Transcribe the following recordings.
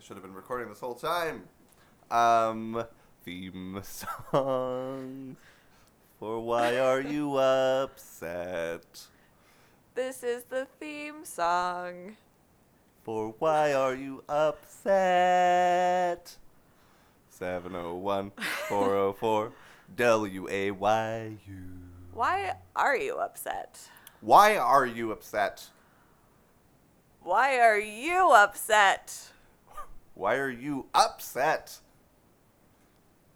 should have been recording this whole time. Um, theme song for Why Are You Upset? This is the theme song. For Why Are You Upset? 701 404 WAYU. Why are you upset? Why are you upset? Why are you upset? Why are you upset?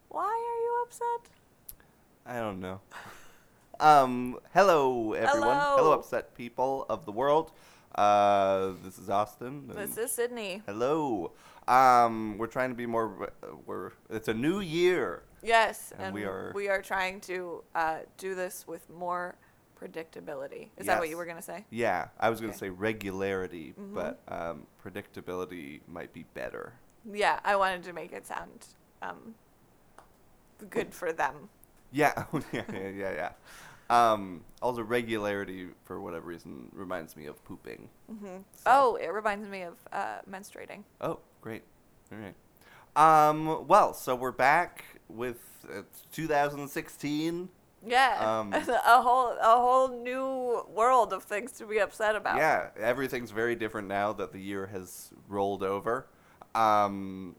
Why are you upset? I don't know. Um, hello everyone. Hello, Hello. upset people of the world. Uh, this is Austin. and- This is Sydney. hello. Um, we're trying to be more. uh, We're it's a new year. Yes, And we are- we are trying to uh, do this with more predictability. Is that what Yes. you were gonna say? Yeah, I was gonna Okay. Mm-hmm. say regularity, but um, predictability might be better. Yeah, I wanted to make it sound um, good for them. Yeah, oh, yeah, yeah, yeah. yeah. Um, also, regularity for whatever reason reminds me of pooping. So- Oh, it reminds me of uh, menstruating. Oh, great. All right. Um, well, so we're back with uh, 2016. Yeah, Um, a whole a whole new world of things to be upset about. Yeah, everything's very different now that the year has rolled over. Um,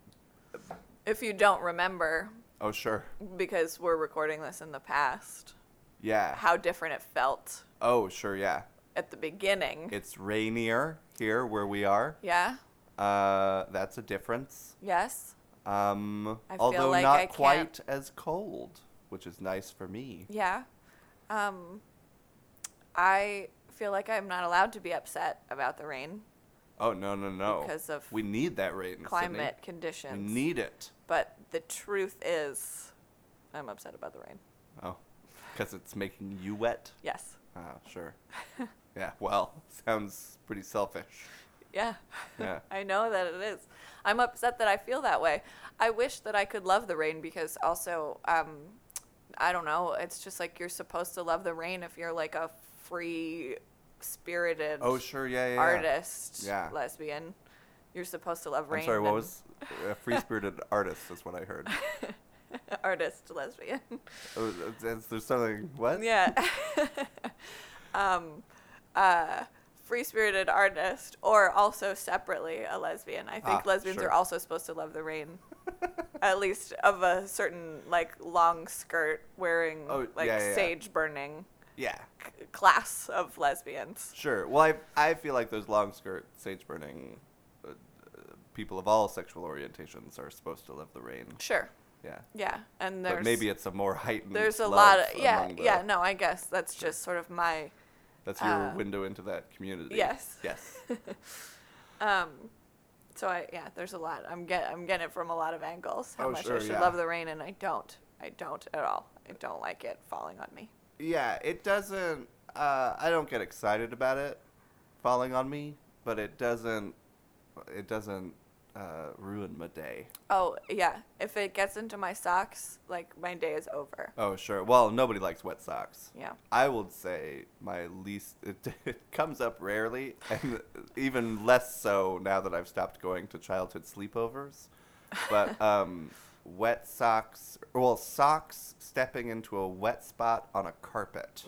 If you don't remember, oh, sure. because we're recording this in the past, Yeah. how different it felt Oh, sure, yeah. at the beginning. It's rainier here where we are. yeah. Uh, that's a difference. Yes. Um, I feel although like not I can't- quite as cold, which is nice for me. Yeah. Um, I feel like I'm not allowed to be upset about the rain Oh, no, no, no. Because of we need that rain. Sydney. climate We conditions. need it. but the truth is, I'm upset about the rain. Oh, because it's making you wet? Yes. Ah, sure. yeah, well, sounds pretty selfish. Yeah. Yeah. I know that it is. I'm upset that I feel that way. I wish that I could love the rain because also, um, I don't know. It's just like you're supposed to love the rain if you're like a free spirited Oh, sure, yeah, yeah. yeah. artist, Yeah. lesbian. You're supposed to love rain. I'm sorry, what and- was a free spirited artist is what I heard. artist lesbian. Oh, it's- it's- There's something, what? yeah. um, uh, free spirited artist, or also separately a lesbian. I think Ah, lesbians sure. are also supposed to love the rain, at least of a certain like long skirt wearing Oh, like yeah, yeah, yeah. sage burning Yeah, c- class of lesbians. sure. Well, I, I feel like those long skirt, sage burning uh, uh, people of all sexual orientations are supposed to love the rain. Sure. Yeah. Yeah, and there's but maybe it's a more heightened. there's a love lot of yeah among the- yeah no I guess that's just sort of my That's your uh, window into that community. yes. Yes. Um, so I yeah, there's a lot. I'm get I'm getting it from a lot of angles. How Oh, much sure, I should yeah. love the rain, and I don't. I don't at all. I don't like it falling on me. Yeah, it doesn't. Uh, I don't get excited about it falling on me, but it doesn't. It doesn't uh, ruin my day. Oh yeah, if it gets into my socks, like my day is over. Oh sure. Well, nobody likes wet socks. Yeah. I would say my least. It, it comes up rarely, and even less so now that I've stopped going to childhood sleepovers. But um, wet socks. Well, socks stepping into a wet spot on a carpet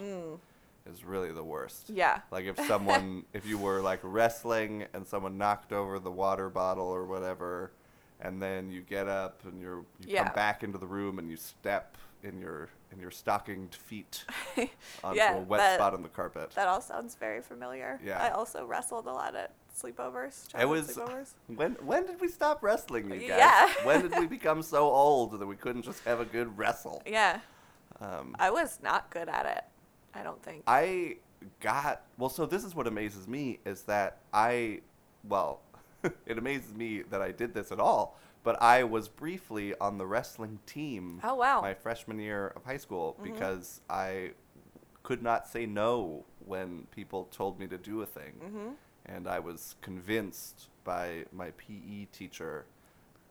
is really the worst. Yeah. Like if someone, if you were like wrestling and someone knocked over the water bottle or whatever, and then you get up and you're you Yeah. come back into the room and you step in your in your stockinged feet onto Yeah, a wet that- spot on the carpet. That all sounds very familiar. Yeah. I also wrestled a lot at sleepovers. I childhood was sleepovers. when when did we stop wrestling, you guys? Yeah. when did we become so old that we couldn't just have a good wrestle? Yeah, Um, I was not good at it. I don't think. I got well. So this is what amazes me is that I, well, it amazes me that I did this at all. But I was briefly on the wrestling team. Oh, wow. Mm-hmm. My freshman year of high school because I could not say no when people told me to do a thing, Mm-hmm. and I was convinced by my PE teacher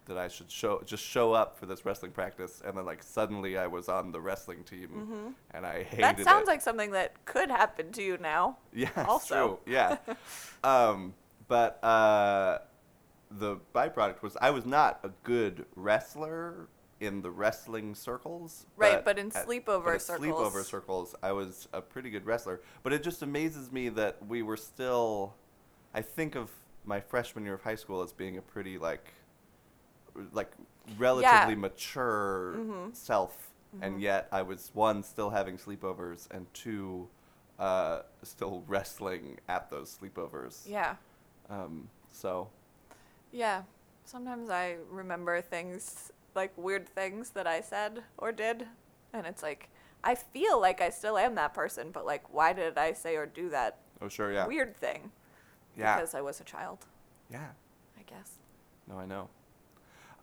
that I should show just show up for this wrestling practice, and then like suddenly I was on the wrestling team, and I hated Mm-hmm. that sounds it. like something that could happen to you now. Yeah, it's also. true. yeah. um, but uh, the byproduct was I was not a good wrestler in the wrestling circles. Right, but in at- sleepover but at circles. Sleepover circles, I was a pretty good wrestler. But it just amazes me that we were still. I think of my freshman year of high school as being a pretty like, like relatively mature Mm-hmm. self, and yet I was one still having sleepovers and two. Uh, still wrestling at those sleepovers. Yeah. Um, so Yeah. Sometimes I remember things like weird things that I said or did and it's like I feel like I still am that person, but like why did I say or do that Oh sure, yeah. weird thing? Yeah. Because I was a child, yeah. I guess. No, I know.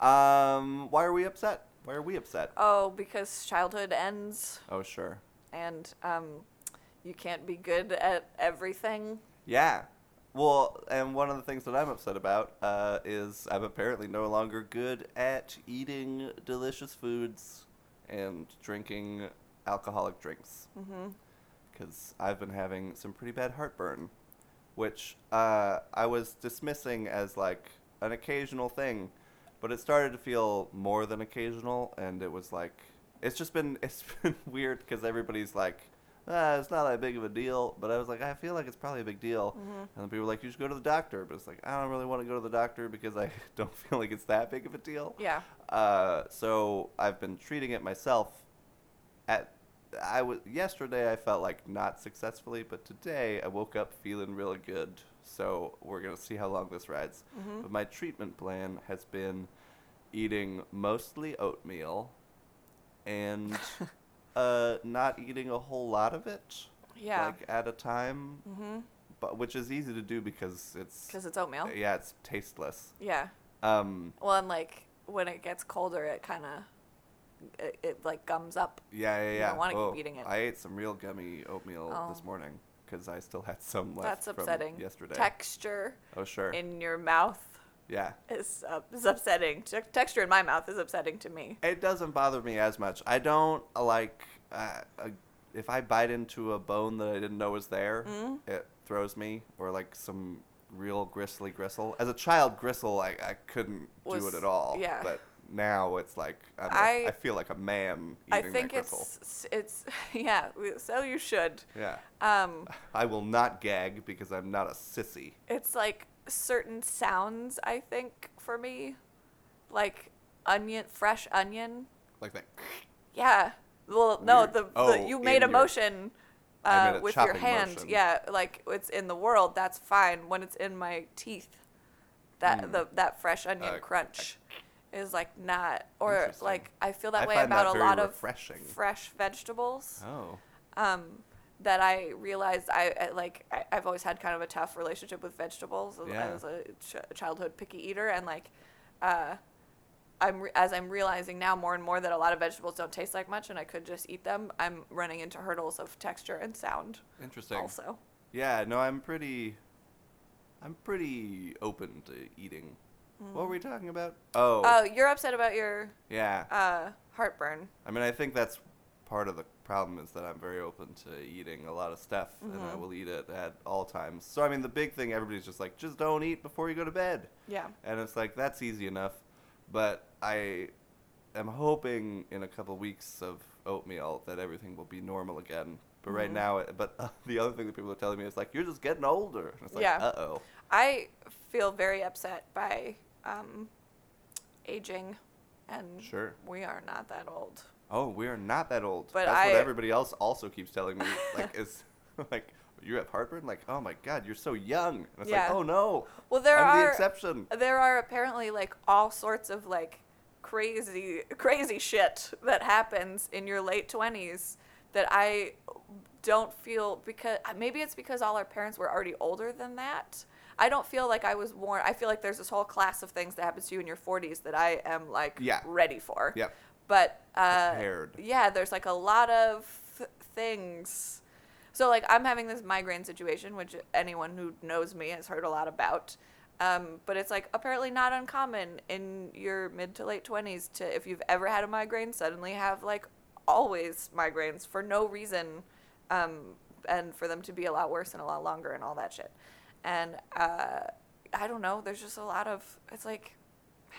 Um, why are we upset? Why are we upset? Oh, because childhood ends Oh sure. and um you can't be good at everything. Yeah. Well, and one of the things that I'm upset about uh, is I'm apparently no longer good at eating delicious foods and drinking alcoholic drinks. Because mm-hmm. I've been having some pretty bad heartburn, which uh, I was dismissing as like an occasional thing, but it started to feel more than occasional, and it was like it's just been it's been weird because everybody's like. Ah, it's not that big of a deal, but I was like, I feel like it's probably a big deal. And then people were like, you should go to the doctor, but it's like, I don't really want to go to the doctor because I don't feel like it's that big of a deal. Yeah. Uh, so I've been treating it myself. At I was yesterday, I felt like not successfully, but today I woke up feeling really good. So we're gonna see how long this rides. Mm-hmm. But my treatment plan has been eating mostly oatmeal and uh, not eating a whole lot of it, Yeah. Mm-hmm. like at a time. But which is easy to do because it's Because it's oatmeal. yeah, it's tasteless. Yeah. Um, Well, and like when it gets colder, it kind of it, it like gums up. Yeah, yeah, yeah. You don't wanna keep eating it. I ate some real gummy oatmeal this Oh. morning because I still had some left That's from upsetting. yesterday. Texture oh sure. in your mouth yeah. is uh, is upsetting. Te- texture in my mouth is upsetting to me. It doesn't bother me as much. I don't uh, like uh, uh, if I bite into a bone that I didn't know was there, Mm-hmm. it throws me or like some real gristly gristle. As a child, gristle I, I couldn't do Was- it at all. yeah. But now it's like I'm a- I- I feel like a man eating I think that gristle. it's it's yeah. we- So you should. Yeah. Um, I will not gag because I'm not a sissy. it's like certain sounds. I think for me, like onion, fresh onion. Like that. Yeah. Well, no, Weird. the, the Oh, you made a in your- motion I uh, made a with your chopping hand. motion. Yeah, like it's in the world, that's fine. When it's in my teeth, that the that fresh onion Hmm. Uh, crunch is like not or Interesting. like I feel that I way find that about a very lot refreshing. of fresh vegetables Oh. um, that I realized I, I like I, I've always had kind of a tough relationship with vegetables. I Yeah. was a ch- childhood picky eater, and like uh, I'm re- as I'm realizing now more and more that a lot of vegetables don't taste like much, and I could just eat them. I'm running into hurdles of texture and sound. Interesting. Also, Yeah, no, I'm pretty. I'm pretty open to eating. What were we talking about? Oh, Mm. oh, you're upset about your yeah. uh, heartburn. I mean, I think that's part of the problem is that I'm very open to eating a lot of stuff, and Mm-hmm. I will eat it at all times. So, I mean, the big thing everybody's just like, just don't eat before you go to bed. Yeah. And it's like, that's easy enough. But I am hoping in a couple weeks of oatmeal that everything will be normal again. But Mm-hmm. right now, it, but uh, the other thing that people are telling me is like, you're just getting older. And it's like, Yeah. uh oh. I feel very upset by um, aging, and Sure. we are not that old. Oh, we are not that old. But That's I- what everybody else also keeps telling me. Like, is like you have heartburn? Like, oh my god, you're so young. And it's Yeah. like, oh no. Well, there I'm the are- exception. there are apparently like all sorts of like crazy crazy shit that happens in your late 20s that I don't feel because maybe it's because all our parents were already older than that. I don't feel like I was warned. I feel like there's this whole class of things that happens to you in your 40s that I am like Yeah. ready for. Yep. But uh, Prepared. yeah, there's like a lot of th- things. So like I'm having this migraine situation, which anyone who knows me has heard a lot about. Um, but it's like apparently not uncommon in your mid to late twenties to, if you've ever had a migraine, suddenly have like always migraines for no reason, um, and for them to be a lot worse and a lot longer and all that shit. And uh, I don't know. There's just a lot of. It's like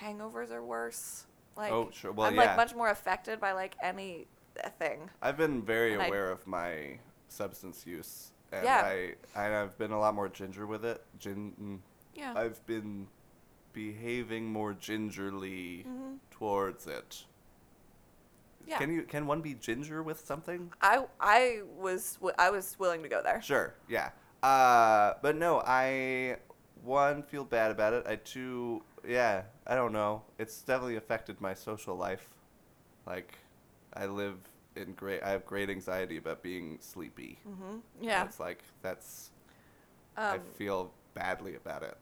hangovers are worse. Like Oh, sure. Well, I'm yeah. like much more affected by like any uh, thing. I've been very And I- aware of my substance use, and Yeah. I and I've been a lot more ginger with it. Gin, mm. Yeah. I've been behaving more gingerly Mhm. towards it. Yeah. Can you can one be ginger with something? I I was wi- I was willing to go there. Sure. Yeah. Uh, but no, I one feel bad about it. I two, yeah, I don't know. It's definitely affected my social life. Like, I live in great. I have great anxiety about being sleepy. Mm-hmm. And Yeah. It's like that's. I Um, feel badly about it.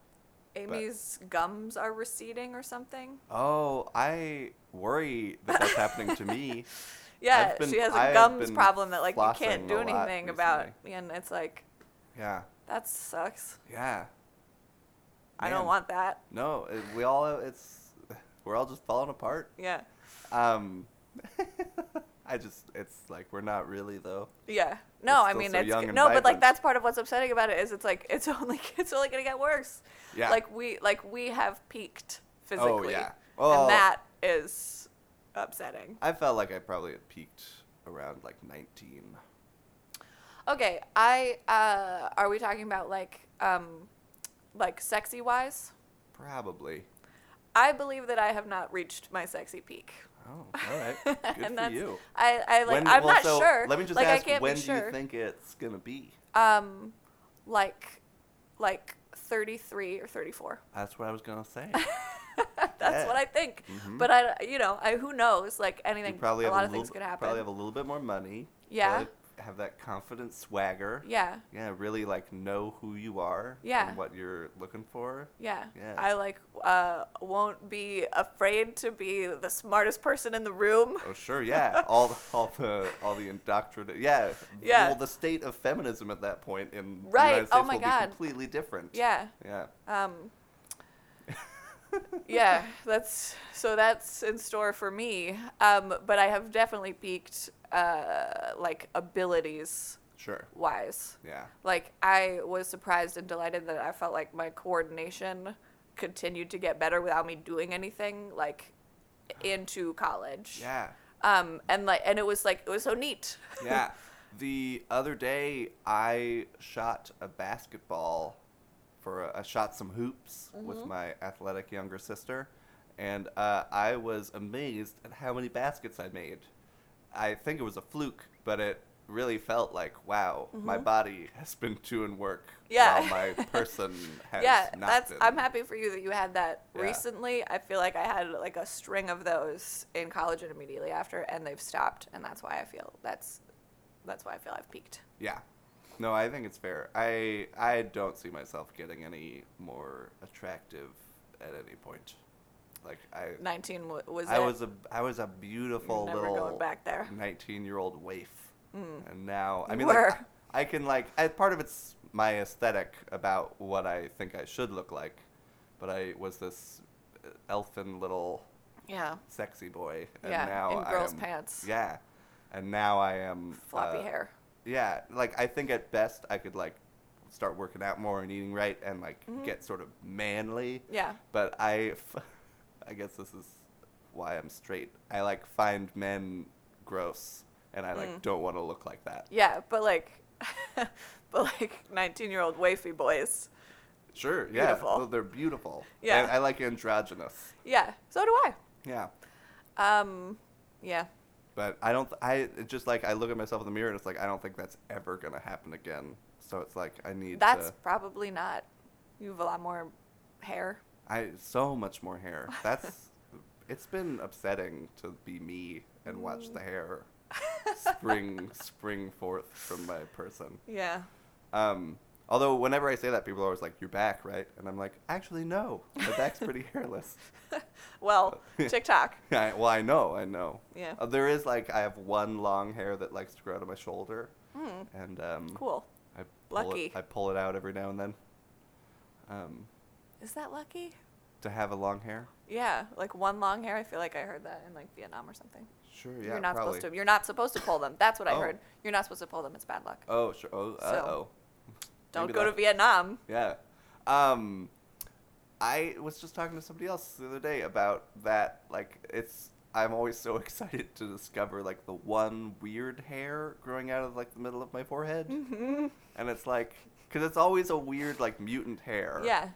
Amy's gums are receding or something. Oh, I worry that that's happening to me. Yeah, I've been- she has I a have gums been problem that like you can't flossing do a lot anything about, recently. and it's like Yeah. that sucks. Yeah. I don't Man. want that. No, it, we all. It's we're all just falling apart. Yeah, Um, I just, it's like we're not really though. yeah. No, I still mean so it's young no, and but like vibrant. that's part of what's upsetting about it is it's like it's only it's only gonna get worse. Yeah. Oh, Like we like we have peaked physically. yeah. and Well- that is upsetting. I felt like I probably had peaked around like 19. Okay, I uh, are we talking about like um, like sexy wise? Probably. I believe that I have not reached my sexy peak. Oh, all right. Good for that's, you. I, I like. When- I'm well, not so sure. Let me just like, ask, I can't when be do sure. you think it's going to be? Um, like, like 33 or 34. That's what I was going to say. That's Yeah. what I think. Mhm. But I, you know, I who knows? Like you anything. probably a have lot a of little, things could happen. probably have a little bit more money. Yeah. probably Have that confident swagger. yeah, Yeah, really like know who you are Yeah. and what you're looking for. yeah. Yeah. I like uh, won't be afraid to be the smartest person in the room. Oh sure, yeah. all all the all the indoctrinate. Yeah. Yeah. Well, the state of feminism at that point in Right, the United oh States my will God. be completely different. Yeah. Yeah. Um, yeah, that's so that's in store for me. Um, but I have definitely peaked, uh, like abilities Sure. wise. Yeah. Like I was surprised and delighted that I felt like my coordination continued to get better without me doing anything. Like into college. Yeah. Um, and like, and it was like it was so neat. Yeah. the other day I shot a basketball for a, I shot some hoops with Mm-hmm. my athletic younger sister and uh, I was amazed at how many baskets I made. I think it was a fluke, but it really felt like wow, my body has been doing work Mm-hmm. Yeah. while my person has yeah, not that's. been. I'm happy for you that you had that Yeah. recently. I feel like I had like a string of those in college and immediately after, and they've stopped, and that's why I feel that's that's why I feel I've peaked. Yeah. No, I think it's fair. I I don't see myself getting any more attractive at any point. Like I Nineteen w- was. I it. was a I was a beautiful Never little going back there. 19-year-old waif. And now I You mean like, were. I, I can like I, part of it's my aesthetic about what I think I should look like, but I was this uh, elfin little yeah, sexy boy and Yeah, now in I girls' am- pants. Yeah. And now I am floppy uh, hair. yeah like i think at best i could like start working out more and eating right and like get sort of manly Mm-hmm. Yeah. but i f- i guess this is why i'm straight i like find men gross and i Mm. like don't want to look like that Yeah, but like, but like nineteen-year-old wafy boys. sure yeah Beautiful. well, they're beautiful Yeah. And i like androgynous Yeah, so do I. yeah Um, yeah, but i don't th- i it's just like i look at myself in the mirror and it's like i don't think that's ever gonna happen again so it's like i need that's to, probably not. You have a lot more hair. I so much more hair. That's it's been upsetting to be me and watch the hair spring spring forth from my person. Yeah. Um, although whenever I say that, people are always like, "You're back, right?" And I'm like, "Actually, no. My back's pretty hairless." Well, TikTok. I, well, I know, I know. Yeah. Uh, there is like I have one long hair that likes to grow out of my shoulder, and um, Hmm, Cool. I pull Lucky. It, I pull it out every now and then. Um, Is that lucky? to have a long hair. Yeah, like one long hair. I feel like I heard that in like Vietnam or something. Sure. Yeah. you're not probably. supposed to. You're not supposed to pull them. That's what I Oh. heard. You're not supposed to pull them. It's bad luck. Oh, sure. Oh, So, uh oh. Don't go to Vietnam. Yeah. Um, I was just talking to somebody else the other day about that. Like, it's I'm always so excited to discover like the one weird hair growing out of like the middle of my forehead, and it's like because it's always a weird like mutant hair. Yeah.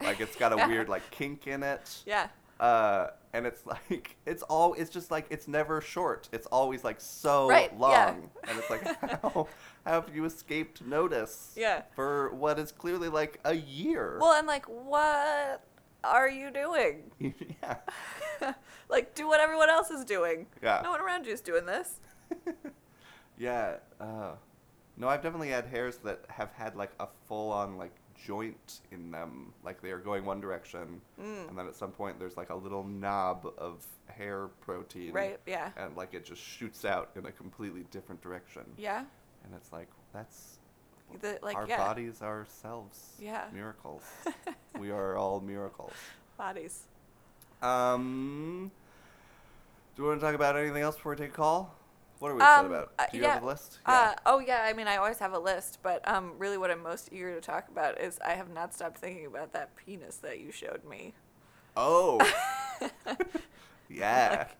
Like it's got a Yeah. weird like kink in it. Yeah. Uh, and it's like it's all it's just like it's never short. It's always like so Right, yeah. long, and it's like how have you escaped notice? Yeah. For what is clearly like a year. Well, I'm like, what are you doing? yeah. like, do what everyone else is doing. Yeah. No one around you is doing this. Yeah. Uh, no, I've definitely had hairs that have had like a full on like joint in them. Like they are going one direction. Mm-hmm. Mm, And then at some point there's like a little knob of hair protein. Right? Yeah. And like it just shoots out in a completely different direction. Yeah. And it's like, that's. The- like, our yeah. bodies ourselves. Yeah. Miracles. we are all miracles. Bodies. Um, do we want to talk about anything else before we take a call? What are we Um, excited about? uh, Do you have a yeah. list? Uh, oh yeah, I mean I always have a list, but um, really what I'm most eager to talk about is I have not stopped thinking about that penis that you showed me. Oh, yeah. Like,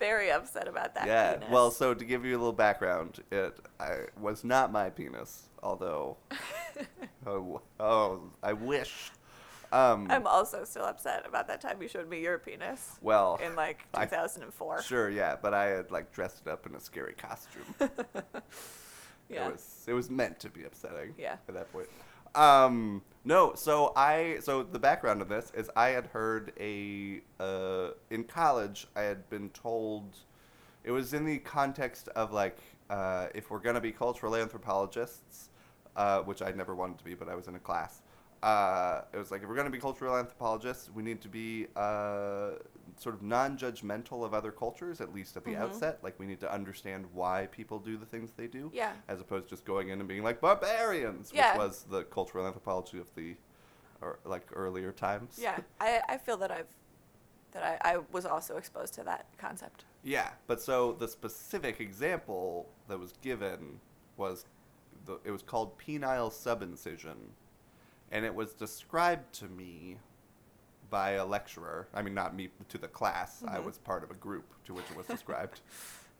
very upset about that. yeah. penis. Well, so to give you a little background, it I, was not my penis, although, oh, oh, I wish. Um, I'm also still upset about that time you showed me your penis well, in like I- 2004. sure, yeah, but I had like dressed it up in a scary costume. yeah. It was it was meant to be upsetting. Yeah. At that point. Um no, so I so the background of this is I had heard a uh in college I had been told it was in the context of like uh if we're going to be cultural anthropologists uh which I never wanted to be but I was in a class. Uh it was like if we're going to be cultural anthropologists, we need to be uh sort of non-judgmental of other cultures at least Mm-hmm. at the outset, like we need to understand why people do the things they do Yeah. as opposed to just going in and being like barbarians, Yeah. which was the cultural anthropology of the, or like earlier times. Yeah. I, I feel that I've that I, I was also exposed to that concept. yeah. But so the specific example that was given was, the, it was called penile subincision, and it was described to me by a lecturer. I mean, not me to the class. I Mm-hmm. was part of a group to which it was described.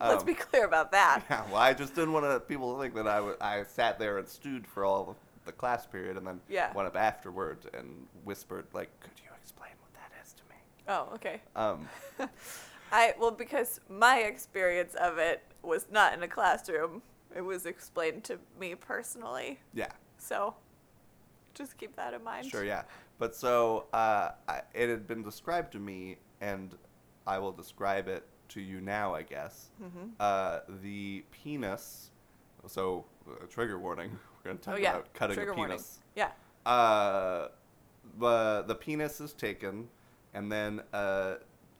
Let's Um, be clear about that. Yeah, well, I just didn't want to people to think that I wa- I sat there and stewed for all of the class period and then Yeah. went up afterward and whispered, like, could you explain what that is to me? Oh, okay. Um, I well because my experience of it was not in a classroom. It was explained to me personally. yeah, So just keep that in mind. sure, yeah. But so uh, I, it had been described to me, and I will describe it to you now, I guess. Mm-hmm. Uh, the penis, so uh, trigger warning, we're going to talk Oh yeah. about cutting Trigger a penis. warning. Yeah. uh, the the penis is taken, and then uh,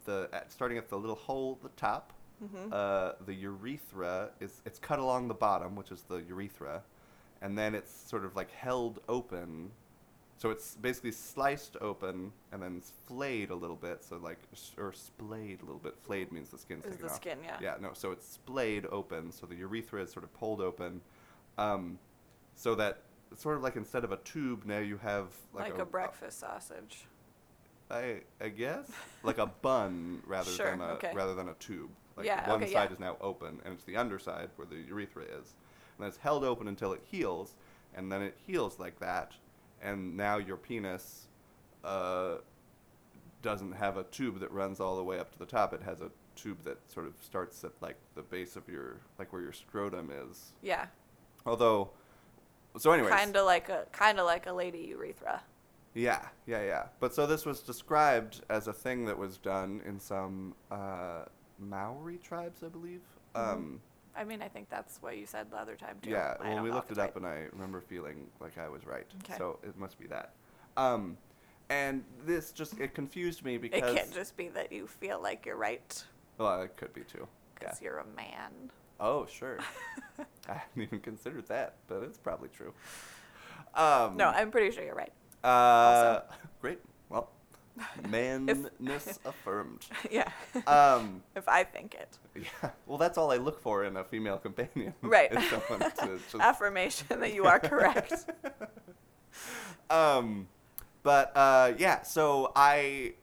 the at, starting at the little hole at the top, Mm-hmm. uh, the urethra is it's cut along the bottom, which is the urethra, and then it's sort of like held open, so it's basically sliced open and then it's flayed a little bit, so like s- or splayed a little bit. Flayed means the skin's Is taken the off. skin, yeah. Yeah, no. So it's splayed open, so the urethra is sort of pulled open. Um, so that it's sort of like instead of a tube now you have Like, a, breakfast sausage. I, I guess like a bun rather Sure, than a okay. rather than a tube like Yeah, one okay, side yeah. is now open and it's the underside where the urethra is and then it's held open until it heals and then it heals like that and now your penis uh, doesn't have a tube that runs all the way up to the top it has a tube that sort of starts at like the base of your like where your scrotum is Yeah. although so anyways Kinda like a kinda like a lady urethra. yeah, yeah, yeah. But so this was described as a thing that was done in some uh, Maori tribes, I believe. Um, I mean I think that's what you said the other time too. yeah, Mm-hmm. I well, don't we know looked if it it's up, and I remember feeling like I was right. Okay. So it must be that. Um, and this just it confused me right. because it can't just be that you feel like you're right well, it could be too. Yeah. because you're a man. Oh, sure. I hadn't even considered that, but it's probably true. Um, No, I'm pretty sure you're right. uh, great. Well, manness affirmed. yeah. Um. if I think it. Yeah. Well, that's all I look for in a female companion. Right. is someone to just- Affirmation that you are correct. um, But uh, yeah, so I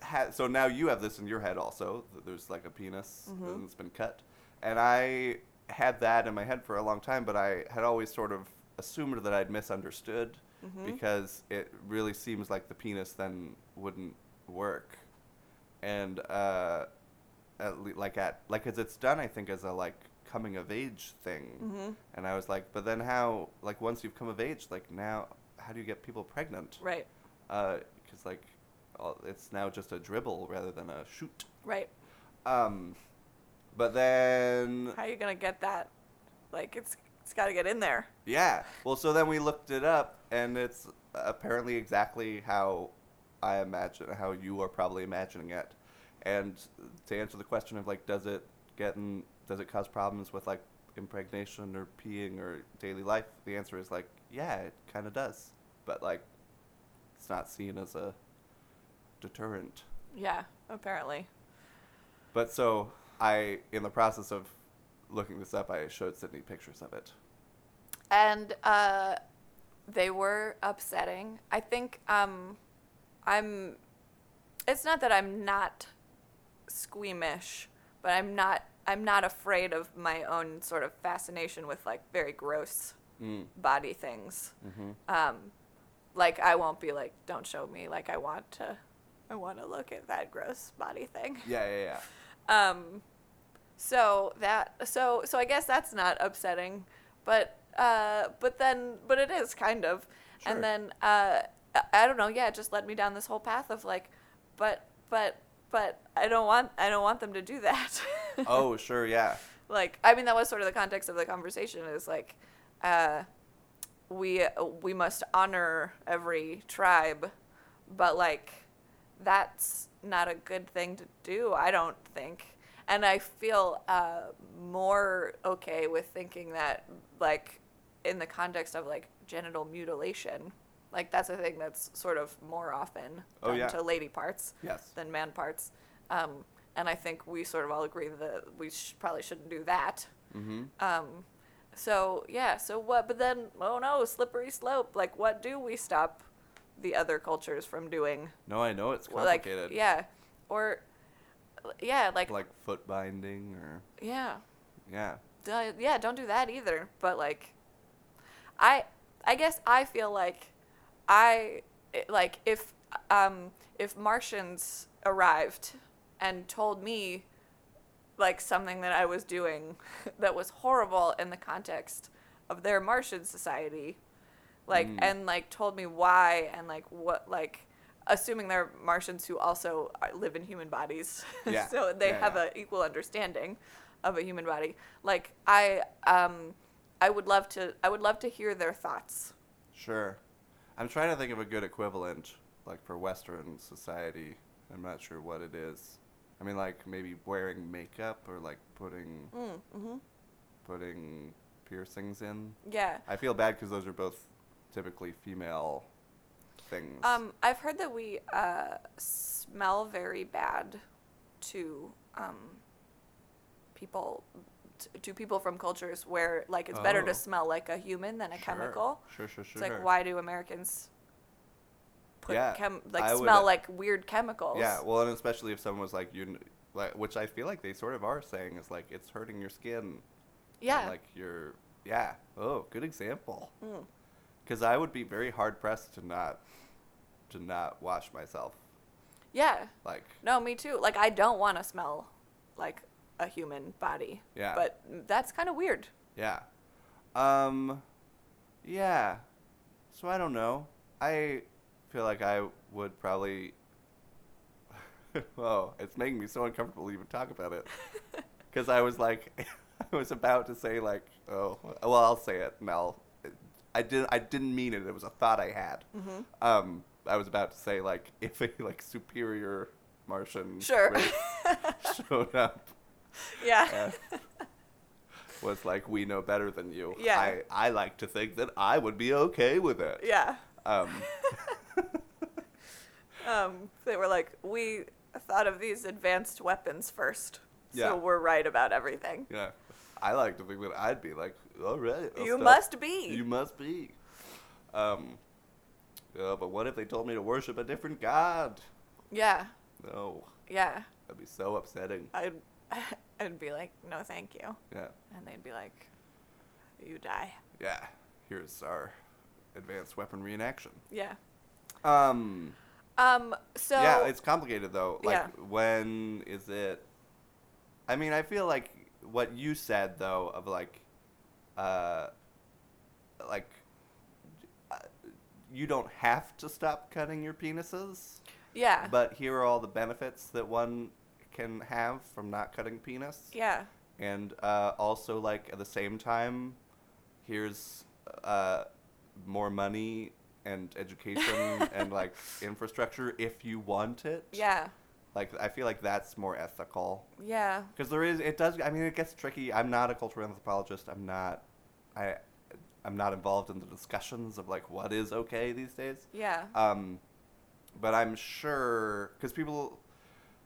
had so now you have this in your head also. that There's like a penis and it's been cut, and I had that in my head for a long time. But I had always sort of assumed that I'd misunderstood because it really seems like the penis then wouldn't work, and uh, at le- like at like as it's done, I think as a like coming of age thing. And I was like, but then how? Like once you've come of age, like now, how do you get people pregnant? Right. because like all, it's now just a dribble rather than a shoot. Right. Um, but then How are you gonna get that? Like it's it's got to get in there. yeah, well, so then we looked it up, and it's apparently exactly how I imagine how you are probably imagining it. And to answer the question of like, does it get in? Does it cause problems with like impregnation or peeing or daily life? The answer is like, yeah, it kind of does, but like, it's not seen as a deterrent. Yeah. Apparently. But so I, in the process of looking this up, I showed Sydney pictures of it. and uh, they were upsetting. I think um, I'm. It's not that I'm not squeamish, but I'm not. I'm not afraid of my own sort of fascination with like very gross body things. Um, like I won't be like, don't show me. Like I want to. I want to look at that gross body thing. Yeah, yeah, yeah. Um, so that so so I guess that's not upsetting, but uh, but then but it is kind of, Sure. and then uh, I- I don't know. Yeah, it just led me down this whole path of like, but but but I don't want I don't want them to do that. Oh, sure, yeah. like I mean that was sort of the context of the conversation is like, uh, we we must honor every tribe, but like that's not a good thing to do, I don't think. And I feel uh, more okay with thinking that, like, in the context of like genital mutilation, like that's a thing that's sort of more often Oh, done yeah. to lady parts Yes. than man parts. Um, and I think we sort of all agree that we sh- probably shouldn't do that. Mm-hmm. Um, so yeah, so what? But then, oh no, slippery slope. Like, what do we stop the other cultures from doing? No, I know it's Well, like, complicated. Like, yeah, or yeah, like, foot binding or yeah, yeah. D- yeah. Don't do that either. But like, I, I guess I feel like I it- like if um if Martians arrived and told me like something that I was doing that was horrible in the context of their Martian society, like and like told me why and like what like assuming they're Martians who also are- live in human bodies, Yeah. so they Yeah, have yeah. a equal understanding of a human body. Like I um I would love to I would love to hear their thoughts. Sure. I'm trying to think of a good equivalent, like for Western society. I'm not sure what it is. I mean, like maybe wearing makeup or like putting Mm, mm-hmm. putting piercings in. Yeah. I feel bad because those are both typically female things. Um, I've heard that we uh, smell very bad to um, people t- to people from cultures where like it's better Oh. to smell like a human than a Sure. chemical. Sure, sure, sure. It's like why do Americans put Yeah, chem like I would- smell like weird chemicals? Yeah, well, and especially if someone was like you, kn- like which I feel like they sort of are saying is like it's hurting your skin. and, yeah. like your yeah. Oh, good example. Because I would be very hard pressed to not to not wash myself. yeah. Like No, me too. Like I don't want to smell like a human body. Yeah. But that's kind of weird. yeah, um, yeah. So I don't know. I feel like I would probably. oh, it's making me so uncomfortable to even talk about it. because I was like, I was about to say like, oh, well, I'll say it, and I'll. I didn't. I didn't mean it. It was a thought I had. Um, I was about to say like, if a like superior Martian Sure. race showed up, yeah. and was like, we know better than you. Yeah. I, I like to think that I would be okay with it. Yeah. Um, Um, they were like, we thought of these advanced weapons first, Yeah. so we're right about everything. yeah. I like to think that I'd be like, all right, I'll you stop. must be. You must be. Um, Oh, but what if they told me to worship a different god? Yeah. No, Yeah. that'd be so upsetting. I'd I'd be like, "No, thank you." Yeah, And they'd be like, "You die." yeah. Here's our advanced weapon reenaction. Yeah. Um, Um so yeah, it's complicated though. Like, Yeah. when is it? I mean, I feel like what you said though of like, uh, like uh, you don't have to stop cutting your penises, yeah. but here are all the benefits that one can have from not cutting penis. yeah. and uh, also like at the same time here's uh, more money and education and like infrastructure if you want it Yeah. like i feel like that's more ethical Yeah. because there is it does i mean it gets tricky i'm not a cultural anthropologist i'm not i i'm not involved in the discussions of like what is okay these days Yeah. um, but I'm sure because people,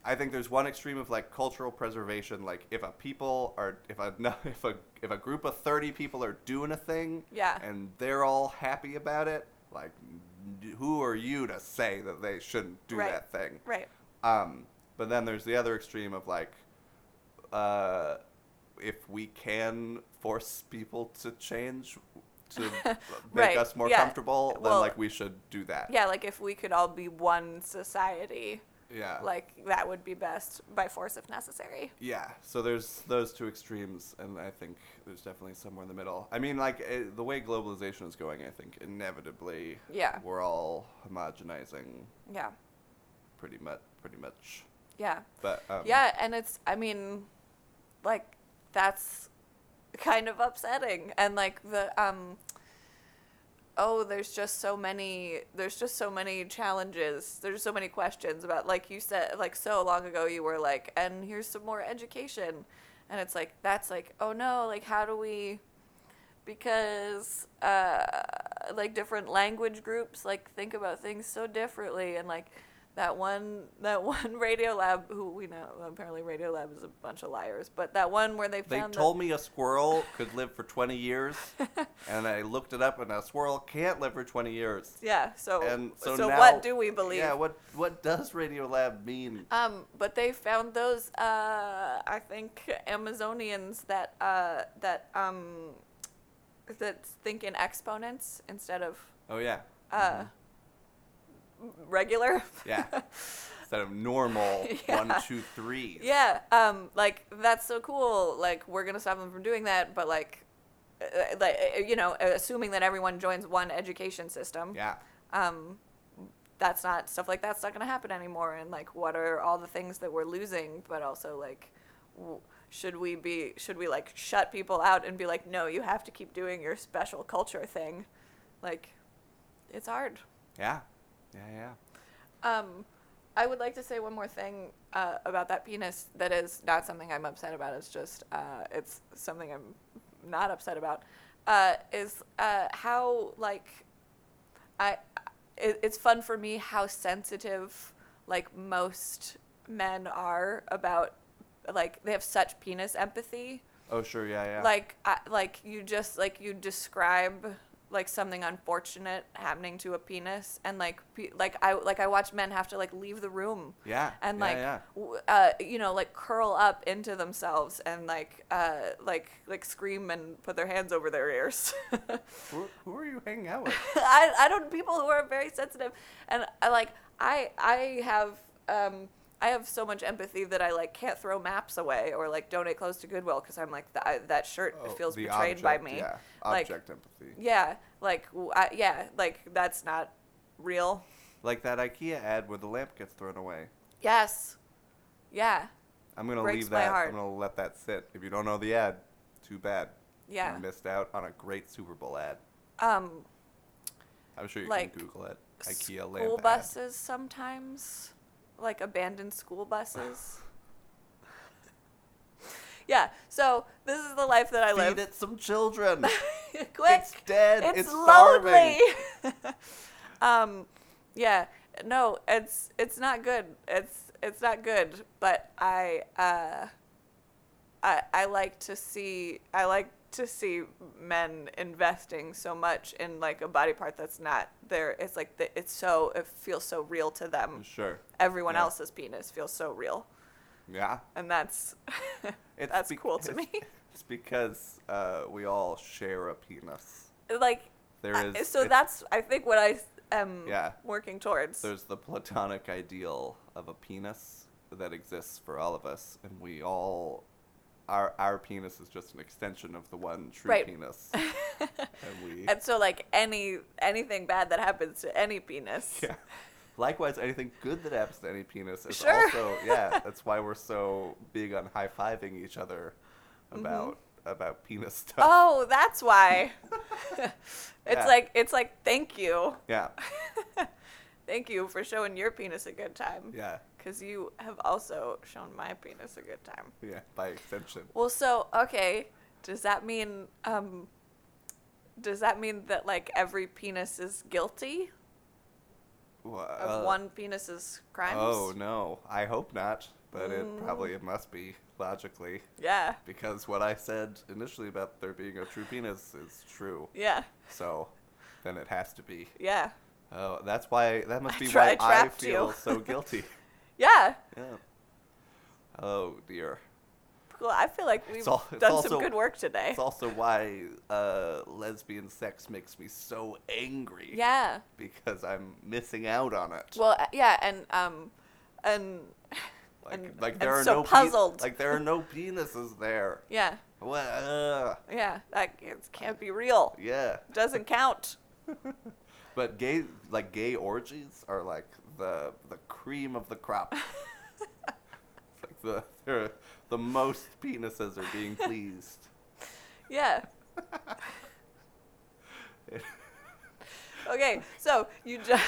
I think there's one extreme of like cultural preservation. Like if a people are if a no- if a if a group of thirty people are doing a thing, Yeah. and they're all happy about it, like n- who are you to say that they shouldn't do Right. that thing? right. Um, but then there's the other extreme of like, uh, if we can force people to change to make Right, us more yeah. comfortable, then Well, like we should do that. Yeah, like if we could all be one society, Yeah. like that would be best by force if necessary. yeah. So there's those two extremes, and I think there's definitely somewhere in the middle. I mean, like eh, the way globalization is going, I think inevitably, Yeah. we're all homogenizing Yeah. pretty much, pretty much. Yeah. But um, yeah, and it's I mean, like that's kind of upsetting and like the um oh, there's just so many there's just so many challenges. There's so many questions about like you said like so long ago you were like and here's some more education. And it's like that's like oh no, like how do we because uh, like different language groups like think about things so differently and like that one that one radio lab who we know apparently radio lab is a bunch of liars but that one where they They found the- told me a squirrel could live for 20 years, and I looked it up, and a squirrel can't live for 20 years. yeah so And so, so now, what do we believe Yeah, what what does Radiolab mean? Um, but they found those, uh, I think, Amazonians that uh, that um, that think in exponents instead of Oh yeah, uh, regular. yeah. Instead of normal Yeah. one, two, three. yeah. Um, like that's so cool. Like we're gonna stop them from doing that, but like, uh, like uh, you know, assuming that everyone joins one education system. Yeah. um, that's not stuff like that's not going to happen anymore. And like, what are all the things that we're losing? But also, like, w- should we be should we like shut people out and be like, no, you have to keep doing your special culture thing? Like, it's hard. Yeah. Yeah. Yeah. Um, I would like to say one more thing uh, about that penis that is not something I'm upset about. It's just uh, it's something I'm not upset about. Uh, is uh, how like I it, it's fun for me how sensitive like most men are about like they have such penis empathy Oh sure. Yeah. Yeah. like I, like you just like you describe like something unfortunate happening to a penis and like pe- like I like I watch men have to like leave the room yeah. and yeah, like yeah. w- uh, you know like curl up into themselves and like uh, like like scream and put their hands over their ears. Who, who are you hanging out with? I, I don't people who are very sensitive and I like I I have um I have so much empathy that I like can't throw maps away or like donate clothes to Goodwill because I'm like "Th- I, that shirt Oh, feels the betrayed object, by me. Yeah. Like- Object empathy. Yeah, like w I yeah, like that's not real. Like that IKEA ad where the lamp gets thrown away. Yes, yeah, I'm gonna Breaks leave my that. heart. I'm gonna let that sit. If you don't know the ad, too bad. yeah. You missed out on a great Super Bowl ad. Um, I'm sure you Like, can Google it. IKEA school lamp ad. buses sometimes, like abandoned school buses. yeah. So this is the life that I Feed live. it some children. Quick. It's dead. it's, It's, lonely. starving. um, yeah, no, it's it's not good. It's it's not good. But I uh, I I like to see. I like to see men investing so much in like a body part that's not there. It's like the, it's so it feels so real to them. Sure. Everyone Yeah. else's penis feels so real, Yeah. and that's It's that's bec- cool to me. It's because uh, we all share a penis. like There I- is so it's- that's I think what I am Yeah. working towards. there's the platonic ideal of a penis that exists for all of us, and we all our our penis is just an extension of the one true Right. penis, and we and so like any anything bad that happens to any penis. yeah. Likewise, anything good that happens to any penis is Sure. also yeah. That's why we're so big on high fiving each other about about penis stuff. Mm-hmm. Oh, that's why. it's Yeah. like it's like thank you. Yeah, Thank you for showing your penis a good time. yeah, Cuz you have also shown my penis a good time. yeah. By extension, Well, so okay, does that mean um does that mean that like every penis is guilty Wha- of uh, one penis's crimes? Oh no, I hope not. But Mm. it probably it must be logically Yeah. because what I said initially about there being a true penis is true. Yeah. So then it has to be. Yeah. Oh, that's why that must I be tra- why I I trapped feel you. so guilty. Yeah. Yeah. Oh dear. Cool. I feel like we've al- it's done also- some good work today. It's also why uh, lesbian sex makes me so angry. yeah. Because I'm missing out on it. Well, uh, yeah, and um, and like, and- like and there are so no pe- puzzled. like there are no penises there. yeah, What? Uh, yeah, that it can't be real. yeah. Doesn't count. But gay like gay orgies are like the the cream of the crop. It's like the they're, the most penises are being pleased. Yeah. okay, so you just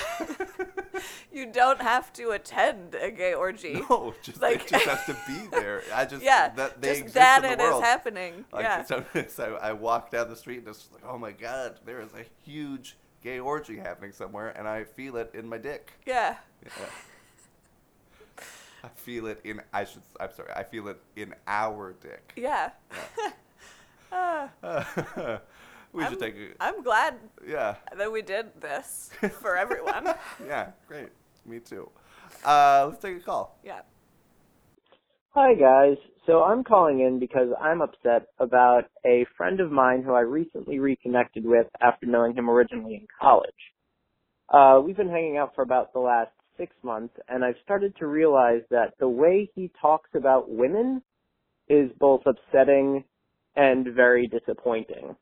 you don't have to attend a gay orgy. No, just Like- they just have to be there. I just yeah, that they just exist that in it the is world. happening. Like yeah, so, so I walk down the street and it's just like, oh my god, there is a huge gay orgy happening somewhere, and I feel it in my dick. yeah, Yeah. I feel it in. I should. I'm sorry. I feel it in our dick. yeah. Ah, we I'm- should take a I'm glad yeah that we did this for everyone. yeah great me too uh, let's take a call yeah. Hi guys. So I'm calling in because I'm upset about a friend of mine who I recently reconnected with after knowing him originally in college. Uh, we've been hanging out for about the last six months and I've started to realize that the way he talks about women is both upsetting and very disappointing.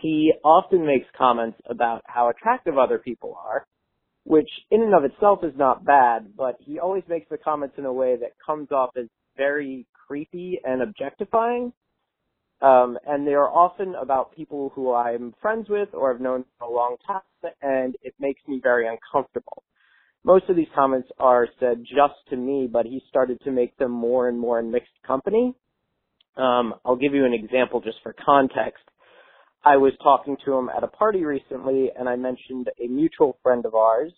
He often makes comments about how attractive other people are, which in and of itself is not bad, but he always makes the comments in a way that comes off as very creepy and objectifying. Um, and they are often about people who I'm friends with or have known for a long time, and it makes me very uncomfortable. Most of these comments are said just to me, but he started to make them more and more in mixed company. Um, I'll give you an example just for context. I was talking to him at a party recently and I mentioned a mutual friend of ours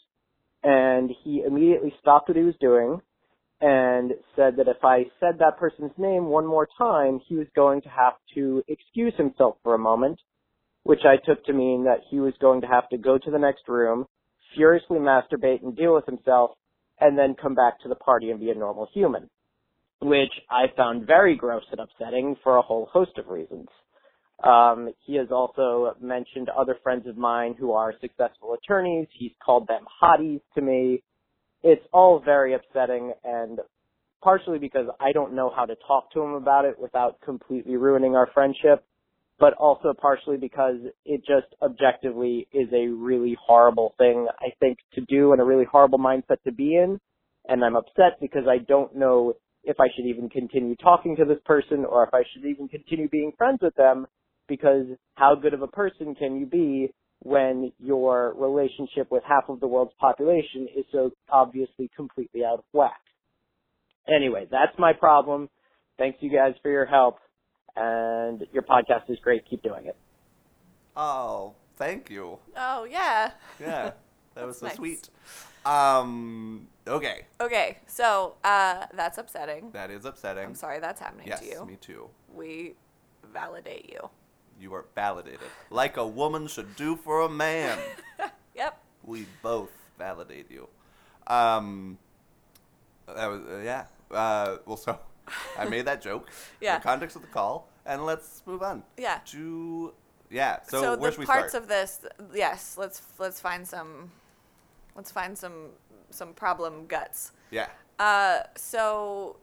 and he immediately stopped what he was doing and said that if I said that person's name one more time, he was going to have to excuse himself for a moment, which I took to mean that he was going to have to go to the next room, furiously masturbate and deal with himself, and then come back to the party and be a normal human, which I found very gross and upsetting for a whole host of reasons. Um, he has also mentioned other friends of mine who are successful attorneys. He's called them hotties to me. It's all very upsetting and partially because I don't know how to talk to him about it without completely ruining our friendship, but also partially because it just objectively is a really horrible thing, I think, to do and a really horrible mindset to be in. And I'm upset because I don't know if I should even continue talking to this person or if I should even continue being friends with them because how good of a person can you be when your relationship with half of the world's population is so obviously completely out of whack? Anyway, that's my problem. Thanks you guys for your help and your podcast is great. Keep doing it. oh thank you Oh yeah. yeah that was so That's nice. sweet um okay Okay, so uh, that's upsetting. that is upsetting I'm sorry that's happening yes to you. me too We validate you. You are validated. Like a woman should do for a man. Yep. we both validate you. Um, that was, uh, yeah. Uh, well, so I made that joke. Yeah. In the context of the call, and let's move on. Yeah. To yeah. So, So, where should the we parts start? of this, yes. Let's let's find some. Let's find some some problem guts. yeah. Uh, so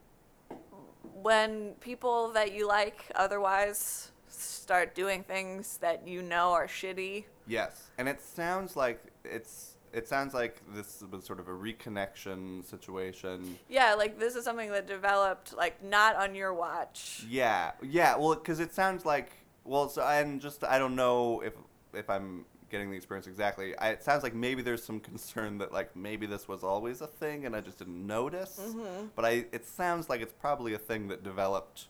when people that you like otherwise start doing things that you know are shitty, Yes, and it sounds like it's it sounds like this was sort of a reconnection situation. yeah, like this is something that developed like not on your watch. Yeah, yeah. Well, because it sounds like well, so and just I don't know if if I'm getting the experience exactly. I, it sounds like maybe there's some concern that like maybe this was always a thing and I just didn't notice. Mm-hmm. But I it sounds like it's probably a thing that developed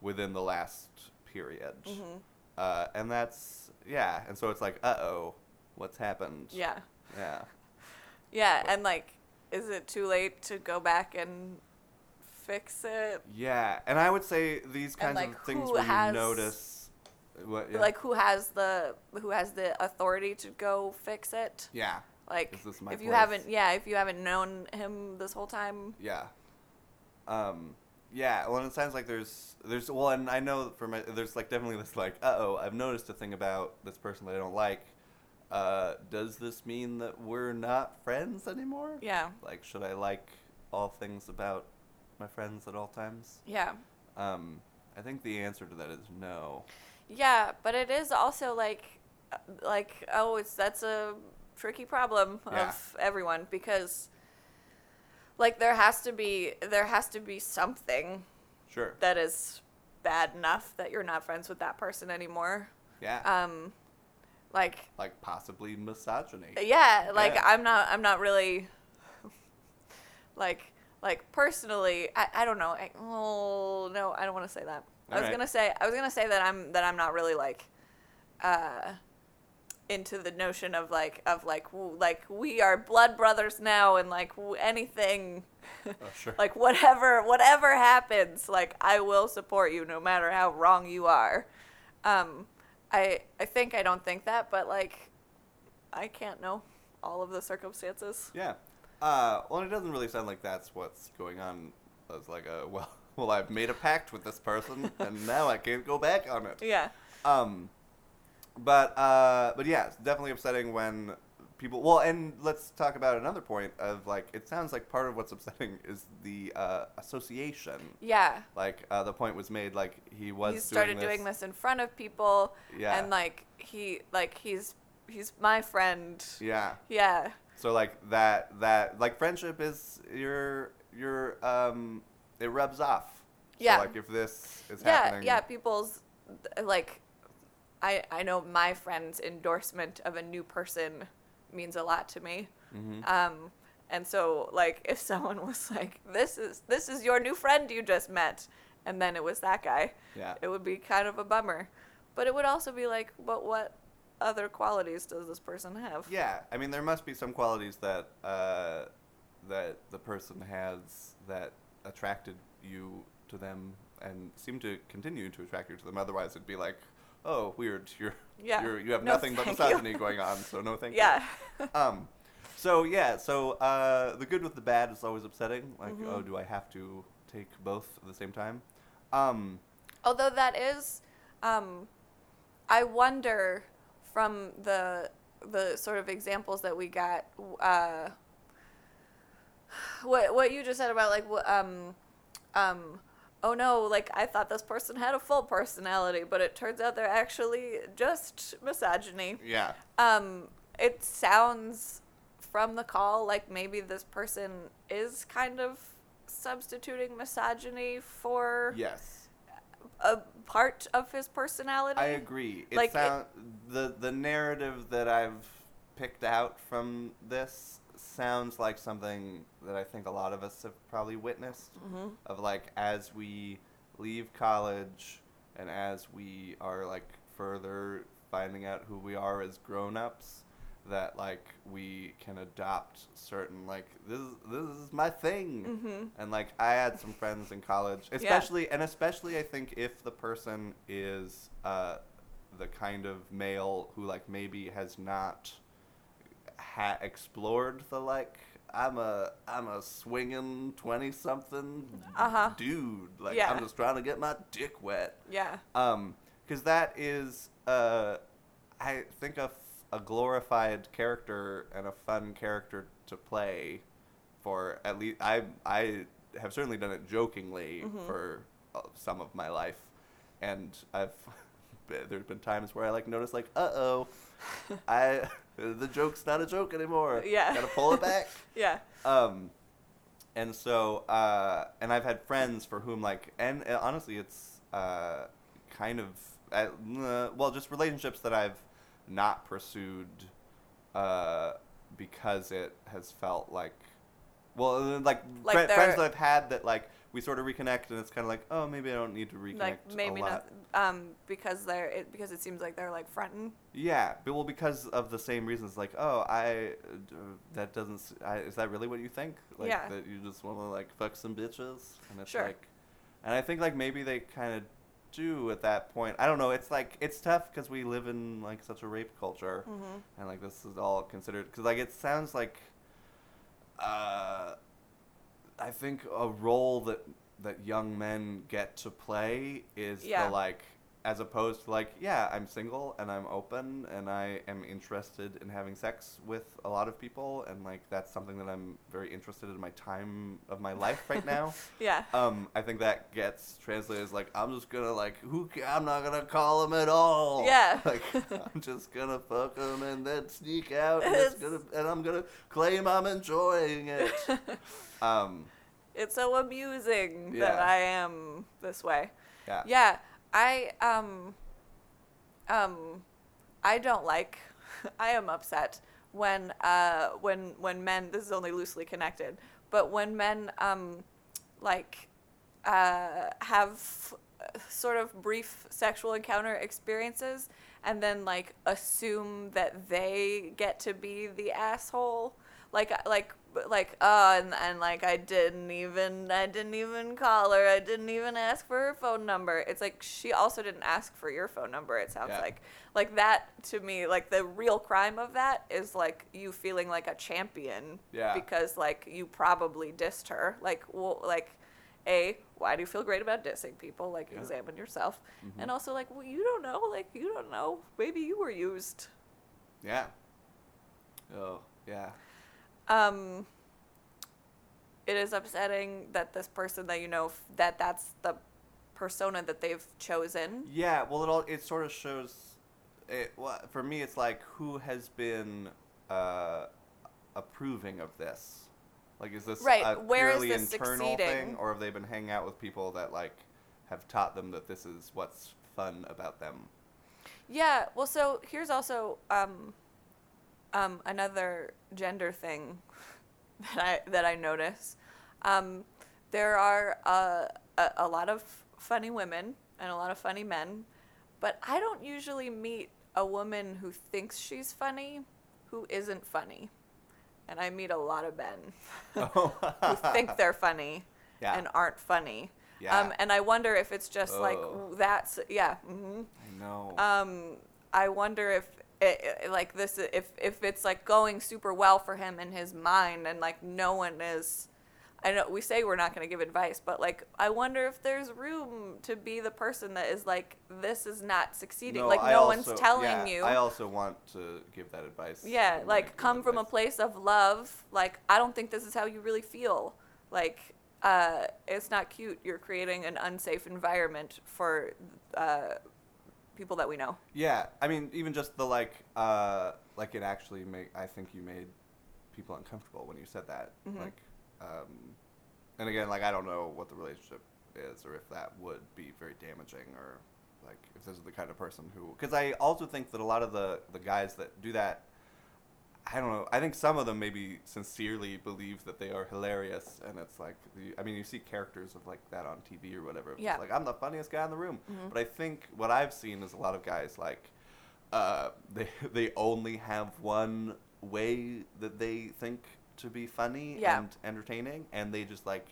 within the last period. Mm-hmm. Uh, and that's yeah, and so it's like uh oh, what's happened? Yeah. yeah. Yeah, and like is it too late to go back and fix it? Yeah, and I would say these kinds like, of things who where has- you notice, what, yeah. Like who has the who has the authority to go fix it? yeah, Like Is this my if you place? haven't yeah, if you haven't known him this whole time. yeah, um, yeah. Well, and it sounds like there's there's well, and I know for my there's like definitely this like uh oh I've noticed a thing about this person that I don't like. Uh, does this mean that we're not friends anymore? Yeah. Like, should I like all things about my friends at all times? Yeah. Um, I think the answer to that is no. Yeah, but it is also like, uh, like oh, it's that's a tricky problem Yeah. of everyone because, like, there has to be there has to be something Sure. that is bad enough that you're not friends with that person anymore. yeah. Um, like like possibly misogyny. Uh, yeah, like Yeah. I'm not I'm not really, like like personally I, I don't know I, oh no I don't want to say that I All was right. gonna say I was gonna say that I'm that I'm not really like uh into the notion of like of like w- like we are blood brothers now and like w- anything Oh, sure. like whatever whatever happens like I will support you no matter how wrong you are um I I think I don't think that but like I can't know all of the circumstances Yeah. Uh, well, it doesn't really sound like that's what's going on. It's like, a, well, well, I've made a pact with this person, and now I can't go back on it. yeah Um, but uh, but yeah, it's definitely upsetting when people. Well, and let's talk about another point of like it sounds like part of what's upsetting is the uh, association. yeah Like uh, the point was made, like he was he started doing this. in front of people Yeah. and like he like he's he's my friend Yeah. yeah So like that that like friendship is your your um it rubs off. Yeah. So like if this is yeah happening. yeah people's like i i know my friend's endorsement of a new person means a lot to me Mm-hmm. um and so like if someone was like this is this is your new friend you just met and then it was that guy Yeah. it would be kind of a bummer but it would also be like but what other qualities does this person have Yeah. I mean there must be some qualities that uh that the person has that attracted you to them and seem to continue to attract you to them. Otherwise it'd be like, Oh, weird, you're Yeah. you're, you have No, nothing but thank you. misogyny going on, so no thank you. yeah um, so yeah, so uh, the good with the bad is always upsetting. Like, oh, do I have to take both at the same time? Um, Although that is, um, I wonder from the the sort of examples that we got, uh, what what you just said about like wh- um, um, oh no, like I thought this person had a full personality, but it turns out they're actually just misogyny. yeah, Um, it sounds from the call like maybe this person is kind of substituting misogyny for yes, a part of his personality. I agree. It Like, it- sound, the the narrative that I've picked out from this sounds like something that I think a lot of us have probably witnessed. Of like, as we leave college and as we are like further finding out who we are as grown-ups that like we can adopt certain like this is this is my thing and like i had some friends in college especially and especially i think if the person is uh the kind of male who like maybe has not ha- explored the like I'm a I'm a swinging twenty something Uh-huh. dude. Like Yeah. I'm just trying to get my dick wet. Yeah. Um, because that is uh, I think a, f- a glorified character and a fun character to play for at least I I have certainly done it jokingly Mm-hmm. for uh, some of my life, and I've there's been times where I like notice like uh oh, I the joke's not a joke anymore. Yeah. gotta pull it back. Yeah. Um, and so, uh, and I've had friends for whom, like, and uh, honestly, it's uh, kind of, uh, nah, well, just relationships that I've not pursued uh, because it has felt like, well, uh, like, Like fri- friends they're- that I've had that, like, we sort of reconnect, and it's kind of like, oh, maybe I don't need to reconnect. Like maybe a lot. not um because they're it, because it seems like they're like fronting. Yeah, but well, because of the same reasons, like, oh, I, uh, that doesn't, s- I, is that really what you think? Like, Yeah. that you just want to, like, fuck some bitches? And it's Sure. like, and I think, like, maybe they kind of do at that point. I don't know. It's like, it's tough because we live in, like, such a rape culture. Mm-hmm. And, like, this is all considered, because, like, it sounds like, uh, I think a role that that young men get to play is Yeah. the like as opposed to like yeah I'm single and I'm open and I am interested in having sex with a lot of people and like that's something that I'm very interested in my time of my life right now. Yeah. Um, I think that gets translated as like I'm just gonna like who ca- I'm not gonna call him at all. Yeah. Like I'm just gonna fuck him and then sneak out and, it's It's- gonna, and I'm gonna claim I'm enjoying it. um. it's so amusing that Yeah. I am this way. Yeah. Yeah, I um um I don't like I am upset when uh when when men this is only loosely connected, but when men um like uh have uh, sort of brief sexual encounter experiences and then like assume that they get to be the asshole like uh, like like uh and, and like i didn't even i didn't even call her i didn't even ask for her phone number it's like she also didn't ask for your phone number it sounds Yeah. like like that to me like the real crime of that is like you feeling like a champion Yeah. because like you probably dissed her like well, like a why do you feel great about dissing people like Yeah. Mm-hmm. examine yourself and also like well you don't know like you don't know maybe you were used Yeah. Oh, yeah. um it is upsetting that this person that you know f- that that's the persona that they've chosen Yeah, well it all it sort of shows it well, for me it's like who has been uh approving of this? Like is this Right, a where is purely this internal thing succeeding? or have they been hanging out with people that like have taught them that this is what's fun about them? Yeah. Well, so here's also um, um, another gender thing that I that I notice. Um, there are uh, a, a lot of funny women and a lot of funny men, but I don't usually meet a woman who thinks she's funny who isn't funny, and I meet a lot of men Oh. who think they're funny Yeah. and aren't funny. Yeah. Oh. Um, and I wonder if it's just like Ugh. that's yeah. hmm I know. um, I wonder if it, it- like this if if it's like going super well for him in his mind and like no one is I know we say we're not going to give advice but like I wonder if there's room to be the person that is like this is not succeeding like I no also- one's telling yeah, you I also want to give that advice. I yeah wanna like give come from a advice. place of love like I don't think this is how you really feel like uh, it's not cute you're creating an unsafe environment for uh, people that we know Yeah, I mean, even just the like, uh, like it actually made. I think you made people uncomfortable when you said that. Like, um, and again, like I don't know what the relationship is, or if that would be very damaging, or like if this is the kind of person who. Because I also think that a lot of the the guys that do that, I don't know. I think some of them maybe sincerely believe that they are hilarious, and it's like, the, I mean, you see characters of like that on TV or whatever. It's Yeah. like I'm the funniest guy in the room, but I think what I've seen is a lot of guys like, uh, they they only have one way that they think to be funny Yeah. and entertaining, and they just like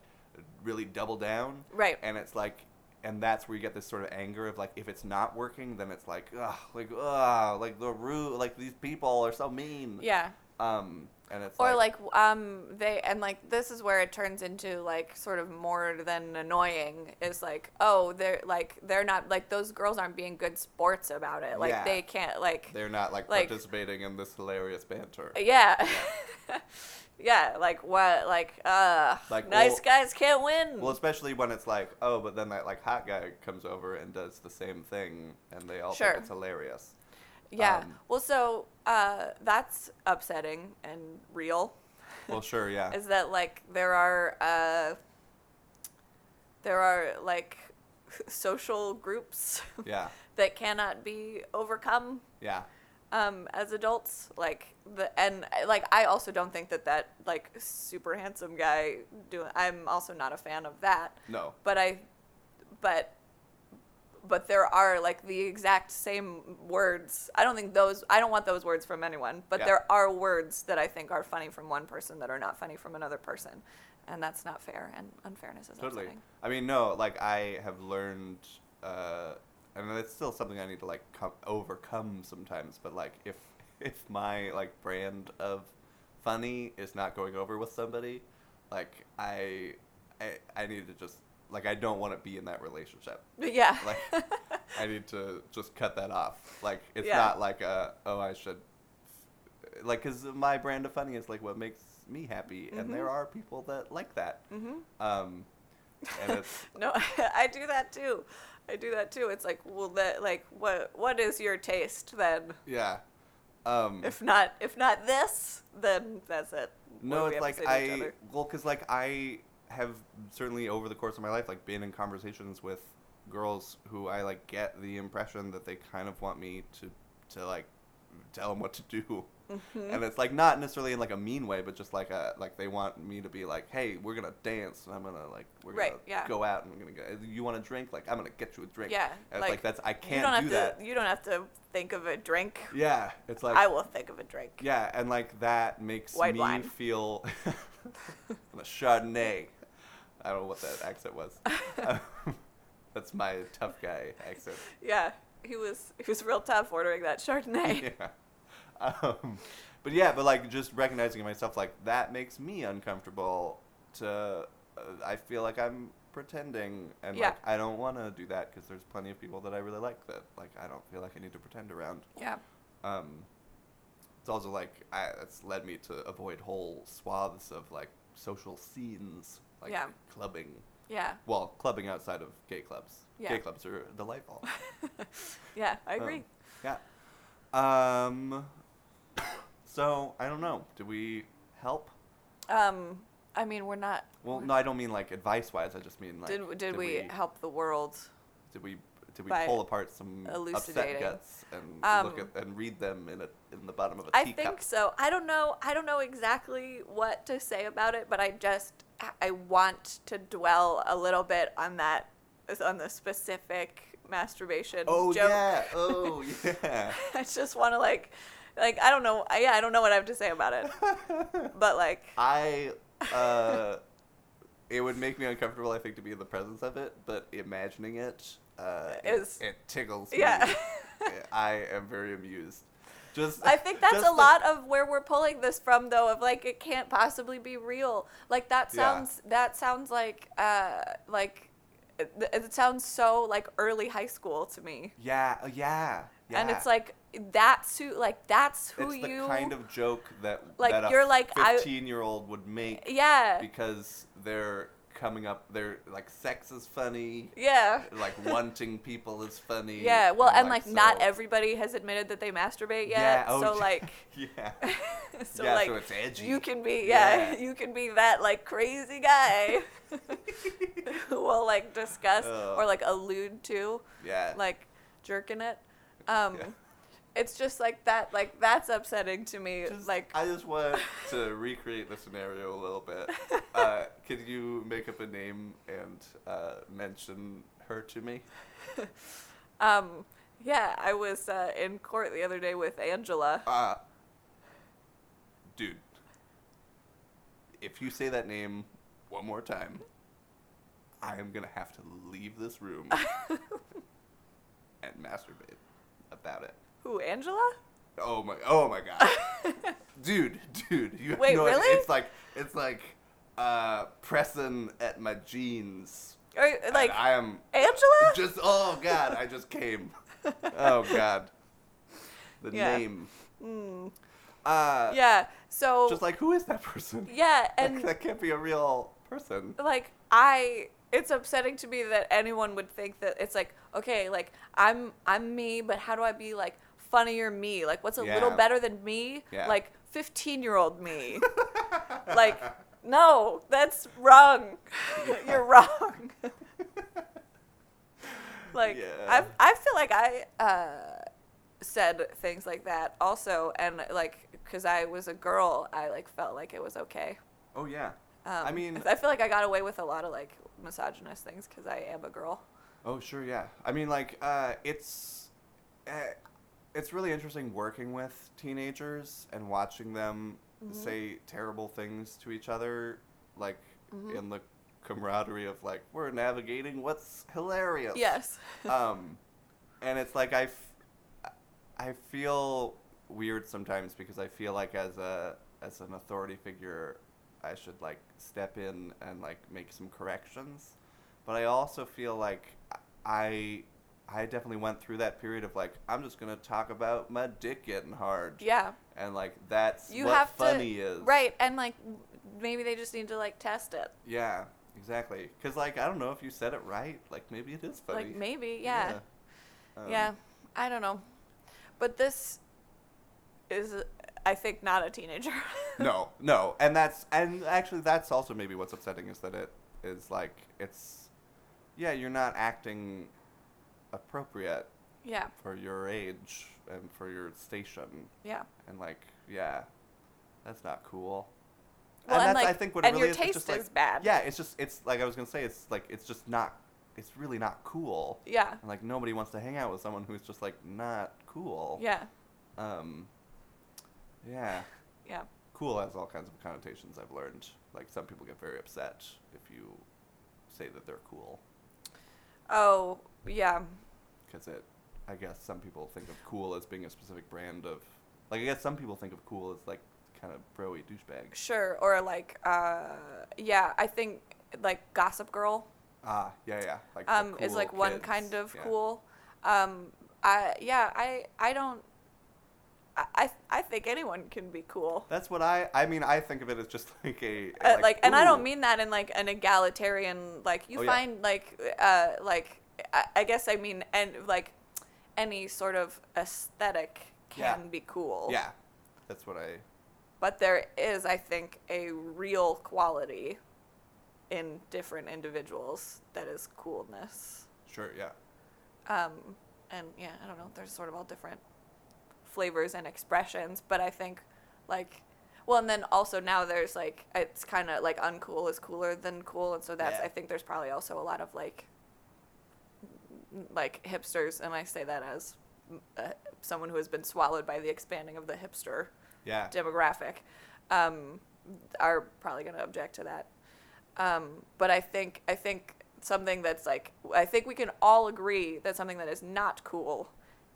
really double down. Right. And it's like and that's where you get this sort of anger of like if it's not working then it's like ugh, like ugh, like the rude like these people are so mean Yeah. um and it's Or like um they and like this is where it turns into like sort of more than annoying is like oh they're like they're not like those girls aren't being good sports about it like Yeah. they can't like they're not like, like- participating in this hilarious banter yeah yeah like what like uh Like, nice well- guys can't win well especially when it's like oh but then that like hot guy comes over and does the same thing and they all Sure. think it's hilarious yeah um, well so uh that's upsetting and real well sure yeah is that like there are uh there are like social groups yeah that cannot be overcome yeah um, as adults. Like the and uh, like I also don't think that that like super handsome guy doing. I'm also not a fan of that. no But I, but but there are like the exact same words. I don't think those. I don't want those words from anyone. But Yeah. there are words that I think are funny from one person that are not funny from another person. And that's not fair, and unfairness is totally upsetting. i mean no like i have learned uh and it's still something i need to like come, overcome sometimes but like if if my like brand of funny is not going over with somebody like i i, I need to just like i don't want to be in that relationship But yeah, like i need to just cut that off like it's Yeah. not like a oh i should like because my brand of funny is like what makes me happy and Mm-hmm. there are people that like that Mhm. um and it's No, I do that too. I do that too. It's like, well, that like, what what is your taste then? yeah um If not if not this, then that's it. What do no we it's have to like say to each i other? well because like i have certainly over the course of my life like been in conversations with girls who i like get the impression that they kind of want me to to like tell them what to do Mm-hmm. and it's like not necessarily in like a mean way but just like a like they want me to be like hey we're gonna dance and i'm gonna like we're Right, gonna yeah. go out and we're gonna go you want a drink like i'm gonna get you a drink Yeah, and it's like, like, that's i you don't can't do have that to. You don't have to think of a drink. yeah it's like I will think of a drink. yeah, and like that makes White me wine. feel I'm a Chardonnay. I don't know what that accent was. Um, That's my tough guy accent. Yeah, he was he was real tough ordering that Chardonnay. Yeah. Um, but yeah, but like just recognizing in myself, like that makes me uncomfortable. To uh, I feel like I'm pretending, and Yeah. like I don't want to do that because there's plenty of people that I really like that like I don't feel like I need to pretend around. yeah. um, it's also like I, it's led me to avoid whole swaths of like social scenes, like Yeah. clubbing. Yeah. Well, clubbing outside of gay clubs. Yeah. Gay clubs are delightful. Yeah, I agree. Um, yeah. Um. So I don't know. Do we help? Um, I mean, we're not. Well, no, I don't mean like advice wise. I just mean like did did, we, help the world? Did we did we by pull apart some upset elucidating? guts and look Um, at and read them in a in the bottom of a I teacup? think so. I don't know. I don't know exactly what to say about it, but I just I want to dwell a little bit on that on the specific masturbation Oh joke. yeah. Oh yeah. I just want to like like I don't know. I, yeah, I don't know what I have to say about it. but like I uh, it would make me uncomfortable, I think, to be in the presence of it, but imagining it, uh, Is- it, it tickles yeah. me. I am very amused. Just I think that's just a the- lot of where we're pulling this from, though. Of like, it can't possibly be real. Like that Yeah. sounds. That sounds like, uh, like, it, it sounds so like early high school to me. Yeah, uh, yeah, yeah. And it's like that's who, like that's who it's the you. kind of joke that Like, that a you're like, I- fifteen-year-old would make yeah. because they're coming up. They're like, sex is funny. Yeah. Like wanting people is funny. Yeah. Well, and like, not so- everybody has admitted that they masturbate yet. Yeah, oh, so yeah. like. yeah. So yeah, like. so it's edgy. you can be yeah, Yeah. you can be that like crazy guy who will like discuss Ugh. or like allude to yeah. like jerking it um Yeah. it's just like that like that's upsetting to me Just- like I just want to recreate the scenario a little bit. Uh, can you make up a name and uh, mention her to me? um yeah i was uh, in court the other day with angela Uh, dude, if you say that name one more time, I am gonna have to leave this room and masturbate about it. Who, Angela? Oh my! Oh my God, dude, dude, you have Wait, no idea. really? It's like it's like uh, pressing at my jeans. Or, and like, I am Angela? just. Oh God, I just came. Oh God, the Yeah. Hmm. name. Uh, yeah. So, just like who is that person? yeah, Like, and Oh. that can't be a real person. like I it's upsetting to me that anyone would think that it's like okay like I'm I'm me but how do I be like funnier me like what's a little Yeah. better than me Yeah. like 15 year old me like no that's wrong you're wrong like Yeah. I I feel like I uh said things like that also and like cuz I was a girl I like felt like it was okay Oh yeah. um, I mean, I feel like I got away with a lot of like misogynist things because I am a girl. Oh sure, yeah. I mean, like uh, it's uh, it's really interesting working with teenagers and watching them say terrible things to each other, like in the camaraderie of like we're navigating what's hilarious. Yes. um, and it's like I, f- I feel weird sometimes because I feel like as a as an authority figure, I should like step in and like make some corrections, but I also feel like I. I definitely went through that period of like I'm just gonna talk about my dick getting hard, Yeah. and like that's You what have funny to is, right, and like m- maybe they just need to like test it. Yeah, exactly. Because like I don't know if you said it right, like maybe it is funny. Like maybe, yeah, Yeah. yeah. Um, I don't know, but this is, I think, not a teenager. no, no, and that's and actually that's also maybe what's upsetting is that it is like it's yeah you're not acting appropriate yeah. for your age and for your station Yeah. and like yeah that's not cool. Well, and, that's like- I think what it and really your is, it's taste just, like- is bad. Yeah, it's just it's like I was gonna say it's like it's just not it's really not cool. Yeah. And, like nobody wants to hang out with someone who's just like not cool. Yeah. Um. Yeah Yeah. cool has all kinds of connotations I've learned. Like some people get very upset if you say that they're cool Oh, yeah. because it I guess some people think of cool as being a specific brand of like I guess some people think of cool as like kind of broy douchebag. Sure. Or like, uh, yeah. I think like Gossip Girl. Ah, yeah, yeah. Like the um, is cool like one kids. kind of Yeah. cool. Um, I yeah, I I don't. I- I I think anyone can be cool. That's what I I mean I think of it as just like a Uh, like, and I don't ooh. mean that in like an egalitarian like you Oh, yeah. find like uh like I, I guess I mean and like any sort of aesthetic Yeah. can be cool. Yeah. That's what I But there is I think a real quality in different individuals that is coolness. sure, yeah. um, and yeah, I don't know. There's sort of all different flavors and expressions, but I think like, well, and then also now there's like it's kind of like uncool is cooler than cool, and so that's Yeah. I think there's probably also a lot of like n- like hipsters, and I say that as mm, uh, someone who has been swallowed by the expanding of the hipster Yeah. demographic um, are probably going to object to that. Um, but I think I think something that's like I think we can all agree that something that is not cool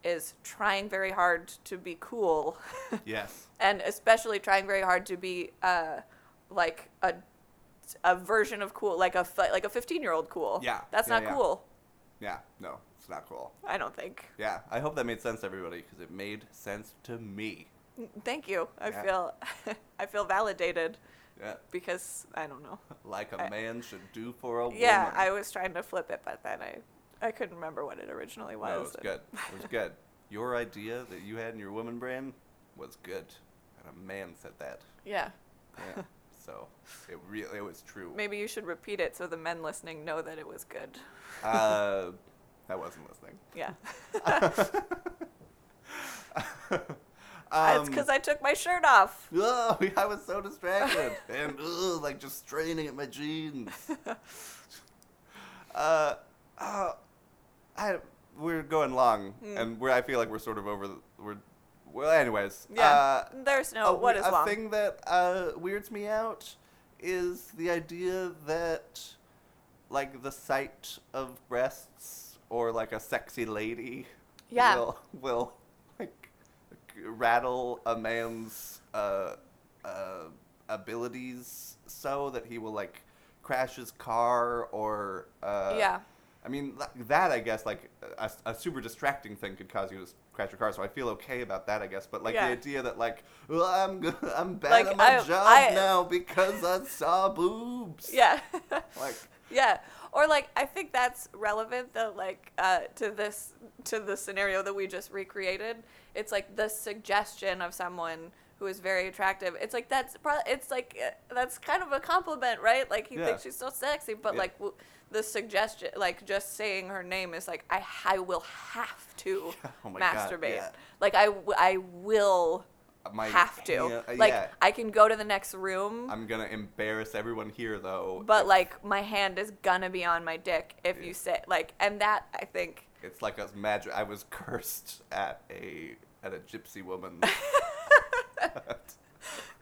is trying very hard to be cool, yes. and especially trying very hard to be uh, like a a version of cool, like a fi- like a fifteen year old cool. Yeah, that's yeah, not yeah. cool. Yeah. No, it's not cool. I don't think. Yeah. I hope that made sense to everybody because it made sense to me. Thank you. I Yeah. feel I feel validated Yeah. because I don't know. like a I- man should do for a woman. Yeah, I was trying to flip it, but then I, I couldn't remember what it originally was. No, it was and- good. It was good. Your idea that you had in your woman brain was good, and a man said that. Yeah, Yeah. so it really it was true. maybe you should repeat it so the men listening know that it was good. Uh, I wasn't listening. Yeah, Um, it's because I took my shirt off. Oh, I was so distracted and ugh, like just straining at my jeans. uh, uh, I we're going long, and we're I feel like we're sort of over. The, we're well, anyways. Yeah, Uh, there's no a, what we- is a long. thing that uh, weirds me out is the idea that like the sight of breasts or like a sexy lady Yeah. will will like rattle a man's uh, uh, abilities so that he will like crash his car or uh, Yeah. I mean th- that I guess like a, a super distracting thing could cause you to s- crash your car, so I feel okay about that I guess. But like Yeah. the idea that like "Well, I'm g- I'm bad Like, at my I- job I- now because I saw boobs. Yeah. Like yeah. Or like I think that's relevant though like uh, to this to the scenario that we just recreated. It's like the suggestion of someone who is very attractive. It's like that's pro- it's like uh, that's kind of a compliment, right? Like he Yeah. thinks she's so sexy, but Yeah. like w- the suggestion like just saying her name is like I I will have to Oh my God, masturbate. yeah. Like I w- I will my have to. yeah, uh, like yeah. I can go to the next room. I'm gonna embarrass everyone here though. but if- like my hand is gonna be on my dick if Yeah. you say like and that i think it's like a magic. I was cursed at a at a gypsy woman.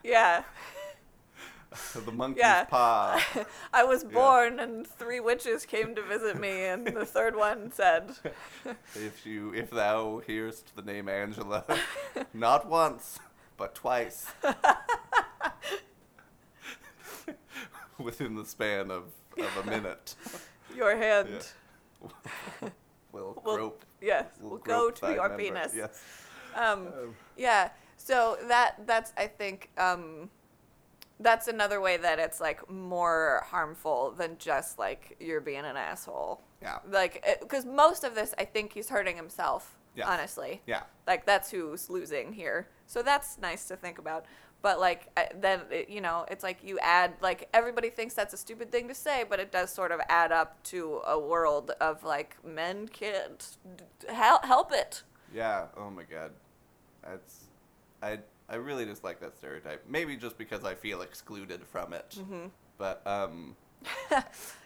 yeah the monkey's Yeah. paw. i was born and three witches came to visit me and the third one said If you if thou hearest the name Angela, not once but twice, within the span of, of a minute, your hand will Will- grope. yes will will go grope to thy your member. penis Yes. um, Um, yeah so that that's i think um, that's another way that it's like more harmful than just like you're being an asshole Yeah. like because most of this i think he's hurting himself Yeah. honestly Yeah. like that's who's losing here so that's nice to think about but like I- then it, you know it's like you add like everybody thinks that's a stupid thing to say but it does sort of add up to a world of like men can't d- help, help it Yeah. Oh my god. That's I I really dislike that stereotype. Maybe just because I feel excluded from it. Mm-hmm. But um,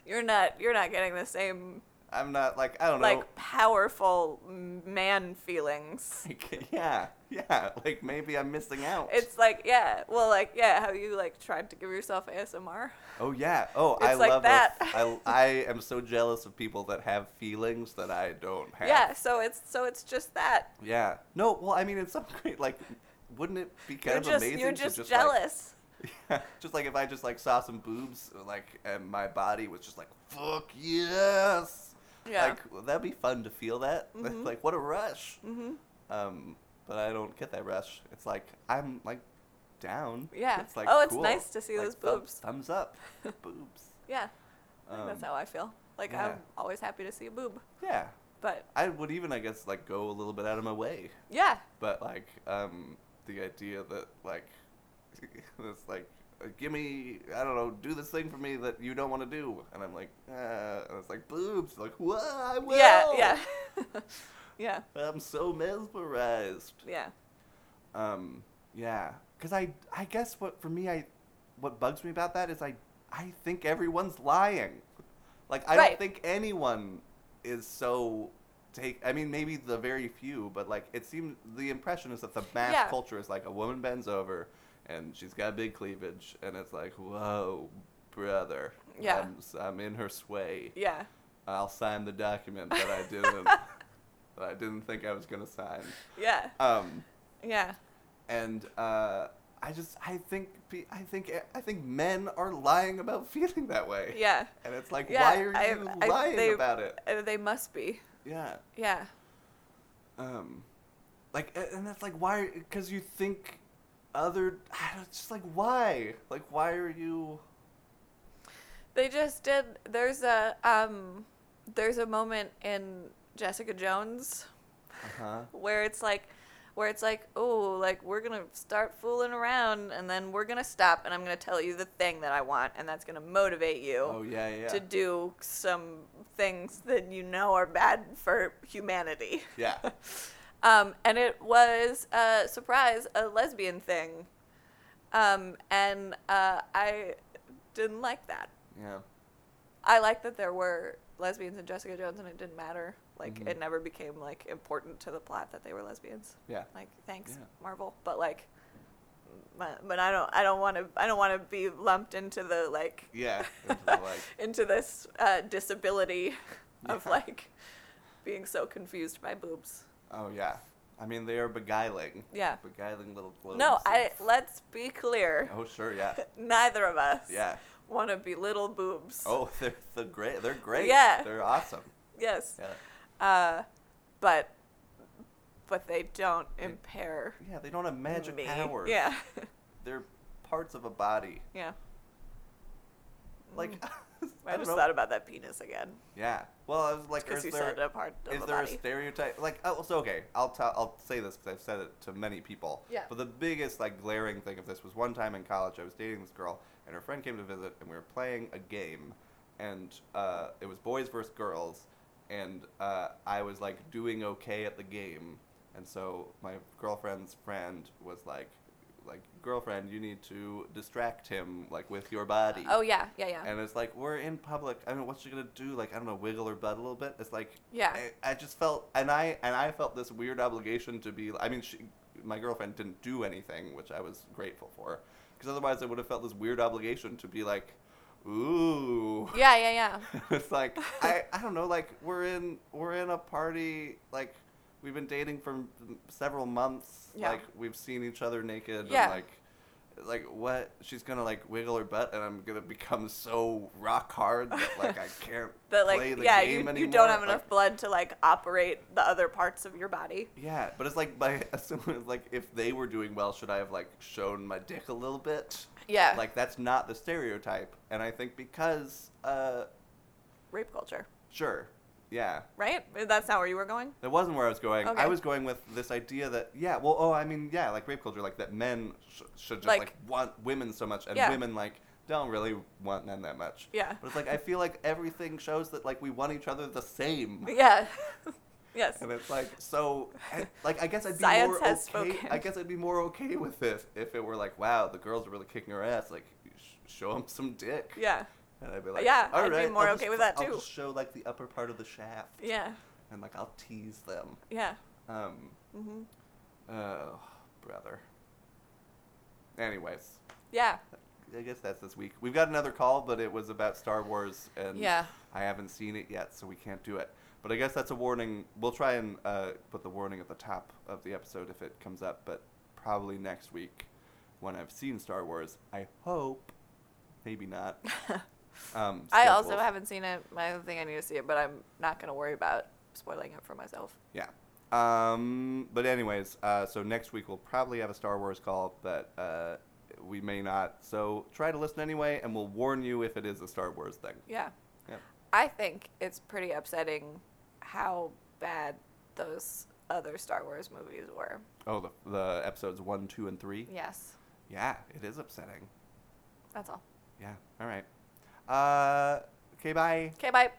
you're not you're not getting the same I'm not like I don't know. like powerful man feelings Like, yeah, yeah. Like maybe I'm missing out. it's like yeah well like yeah how you like tried to give yourself asmr oh yeah. Oh, I it's like love that. those- I I am so jealous of people that have feelings that I don't have. yeah so it's so it's just that Yeah. No. Well, I mean, it's so great. Like, wouldn't it be kind you're of just amazing? you're to just, like, jealous Yeah, just like if I just like saw some boobs, like and my body was just like, "Fuck yes!" Yeah. Mm-hmm. like that'd be fun to feel that. like what a rush. Mm-hmm. Um, but I don't get that rush. It's like I'm like down. Yeah. It's like Oh, it's cool. nice to see Like, those thumb- boobs. Thumbs up, boobs. yeah I think Um, that's how I feel. Like yeah. I'm always happy to see a boob, Yeah, but I would even I guess like go a little bit out of my way, yeah, but like um the idea that like it's like. uh, Give me, I don't know, do this thing for me that you don't want to do, and I'm like, uh, and it's like boobs, like what? I will. yeah, yeah, yeah, I'm so mesmerized. yeah, Um, yeah, because I, I guess what for me, I, what bugs me about that is I, I think everyone's lying. Like I don't Right. think anyone is so take. I mean, maybe the very few, but like it seems the impression is that the mass Yeah. culture is like a woman bends over, and she's got big cleavage, and it's like whoa, brother. Yeah. I'm, s- I'm in her sway. yeah. I'll sign the document that I didn't, that I didn't think I was gonna sign. Yeah, Um yeah, and uh, I just I think pe- I think I think men are lying about feeling that way. yeah. And it's like, Yeah, why are I- you I- lying they- about it? Uh, They must be. Yeah. Yeah, Um, like, a- and that's like, why? Because you think other. I don't, it's just like, why? Like, why are you? they just did. There's a um, there's a moment in Jessica Jones Uh huh. where it's like where it's like oh like we're gonna start fooling around and then we're gonna stop and i'm gonna tell you the thing that i want and that's gonna motivate you Oh yeah, yeah. to do some things that you know are bad for humanity. yeah. Um, and it was a surprise, a lesbian thing. Um, and uh, I didn't like that. Yeah. I liked that there were lesbians in Jessica Jones and it didn't matter. Like, Mhm. it never became, like, important to the plot that they were lesbians. Yeah. Like, thanks, Yeah. Marvel. But, like, but, but I don't I don't want to I don't want to be lumped into the like Yeah. into the, like, into this uh, disability of Yeah. like being so confused by boobs. oh yeah. I mean, they are beguiling. Yeah. Beguiling little globes. No, of- I let's be clear. Oh sure, yeah, Neither of us yeah. want to belittle boobs. Oh, they're the great. They're great. Yeah. They're awesome. Yes. Yeah. Uh, but but they don't impair Yeah. They don't have magic me. powers. Yeah. They're parts of a body. yeah. Like. I, don't just know. thought about that penis again Yeah. Well, I was like, because is you there said a part of is the there body. a stereotype? Like, oh, so okay, I'll tell, I'll say this because I've said it to many people. Yeah. But the biggest like glaring thing of this was one time in college, I was dating this girl, and her friend came to visit, and we were playing a game, and uh, it was boys versus girls, and uh, I was like doing okay at the game, and so my girlfriend's friend was like, like girlfriend, you need to distract him like with your body. oh yeah, yeah, yeah. And it's like we're in public. I mean, what's she gonna do? Like I don't know, wiggle her butt a little bit. It's like Yeah. I, I just felt, and I and I felt this weird obligation to be. I mean, she, my girlfriend didn't do anything, which I was grateful for, because otherwise I would have felt this weird obligation to be like, ooh. yeah, yeah, yeah. it's like I, I don't know. Like we're in we're in a party. Like we've been dating for several months. Yeah. Like we've seen each other naked. Yeah. And like like what she's gonna like wiggle her butt and I'm gonna become so rock hard that like I can't That play like the yeah, game you, anymore. you don't have Like, enough blood to like operate the other parts of your body. yeah, but it's like by assuming like if they were doing well, should I have like shown my dick a little bit? Yeah. Like that's not the stereotype, and I think because uh rape culture, sure, yeah, right? That's not where you were going. That wasn't where I was going. Okay. I was going with this idea that yeah, well, oh, I mean, yeah, like rape culture, like that men sh- should just like, Like- want women so much, and Yeah. women like don't really want men that much. Yeah. but it's like I feel like everything shows that like we want each other the same, Yeah. yes. and it's like so, I- like I guess I'd be more Science has okay. spoken. I guess I'd be more okay with this if it were like, wow, the girls are really kicking her ass, like sh- show them some dick. Yeah. and I'd be like, Yeah, all I'd be right, more I'll okay just- with that I'll too." just show like the upper part of the shaft, Yeah. and like I'll tease them. Yeah. Um, hmm Oh, brother. Anyways, Yeah. I guess that's this week. We've got another call, but it was about Star Wars, and Yeah. I haven't seen it yet, so we can't do it. But I guess that's a warning. We'll try and uh, put the warning at the top of the episode if it comes up, but probably next week when I've seen Star Wars. I hope, maybe not. Um, I also schedules. haven't seen it. I don't think I need to see it, but I'm not going to worry about spoiling it for myself. Yeah. Um, but anyways, uh, so next week we'll probably have a Star Wars call, but uh, we may not. So try to listen anyway, and we'll warn you if it is a Star Wars thing. Yeah. Yep. I think it's pretty upsetting how bad those other Star Wars movies were. Oh, the, the episodes one, two, and three. Yes. Yeah, it is upsetting. That's all. Yeah. All right. Uh, okay. Bye. Okay, bye.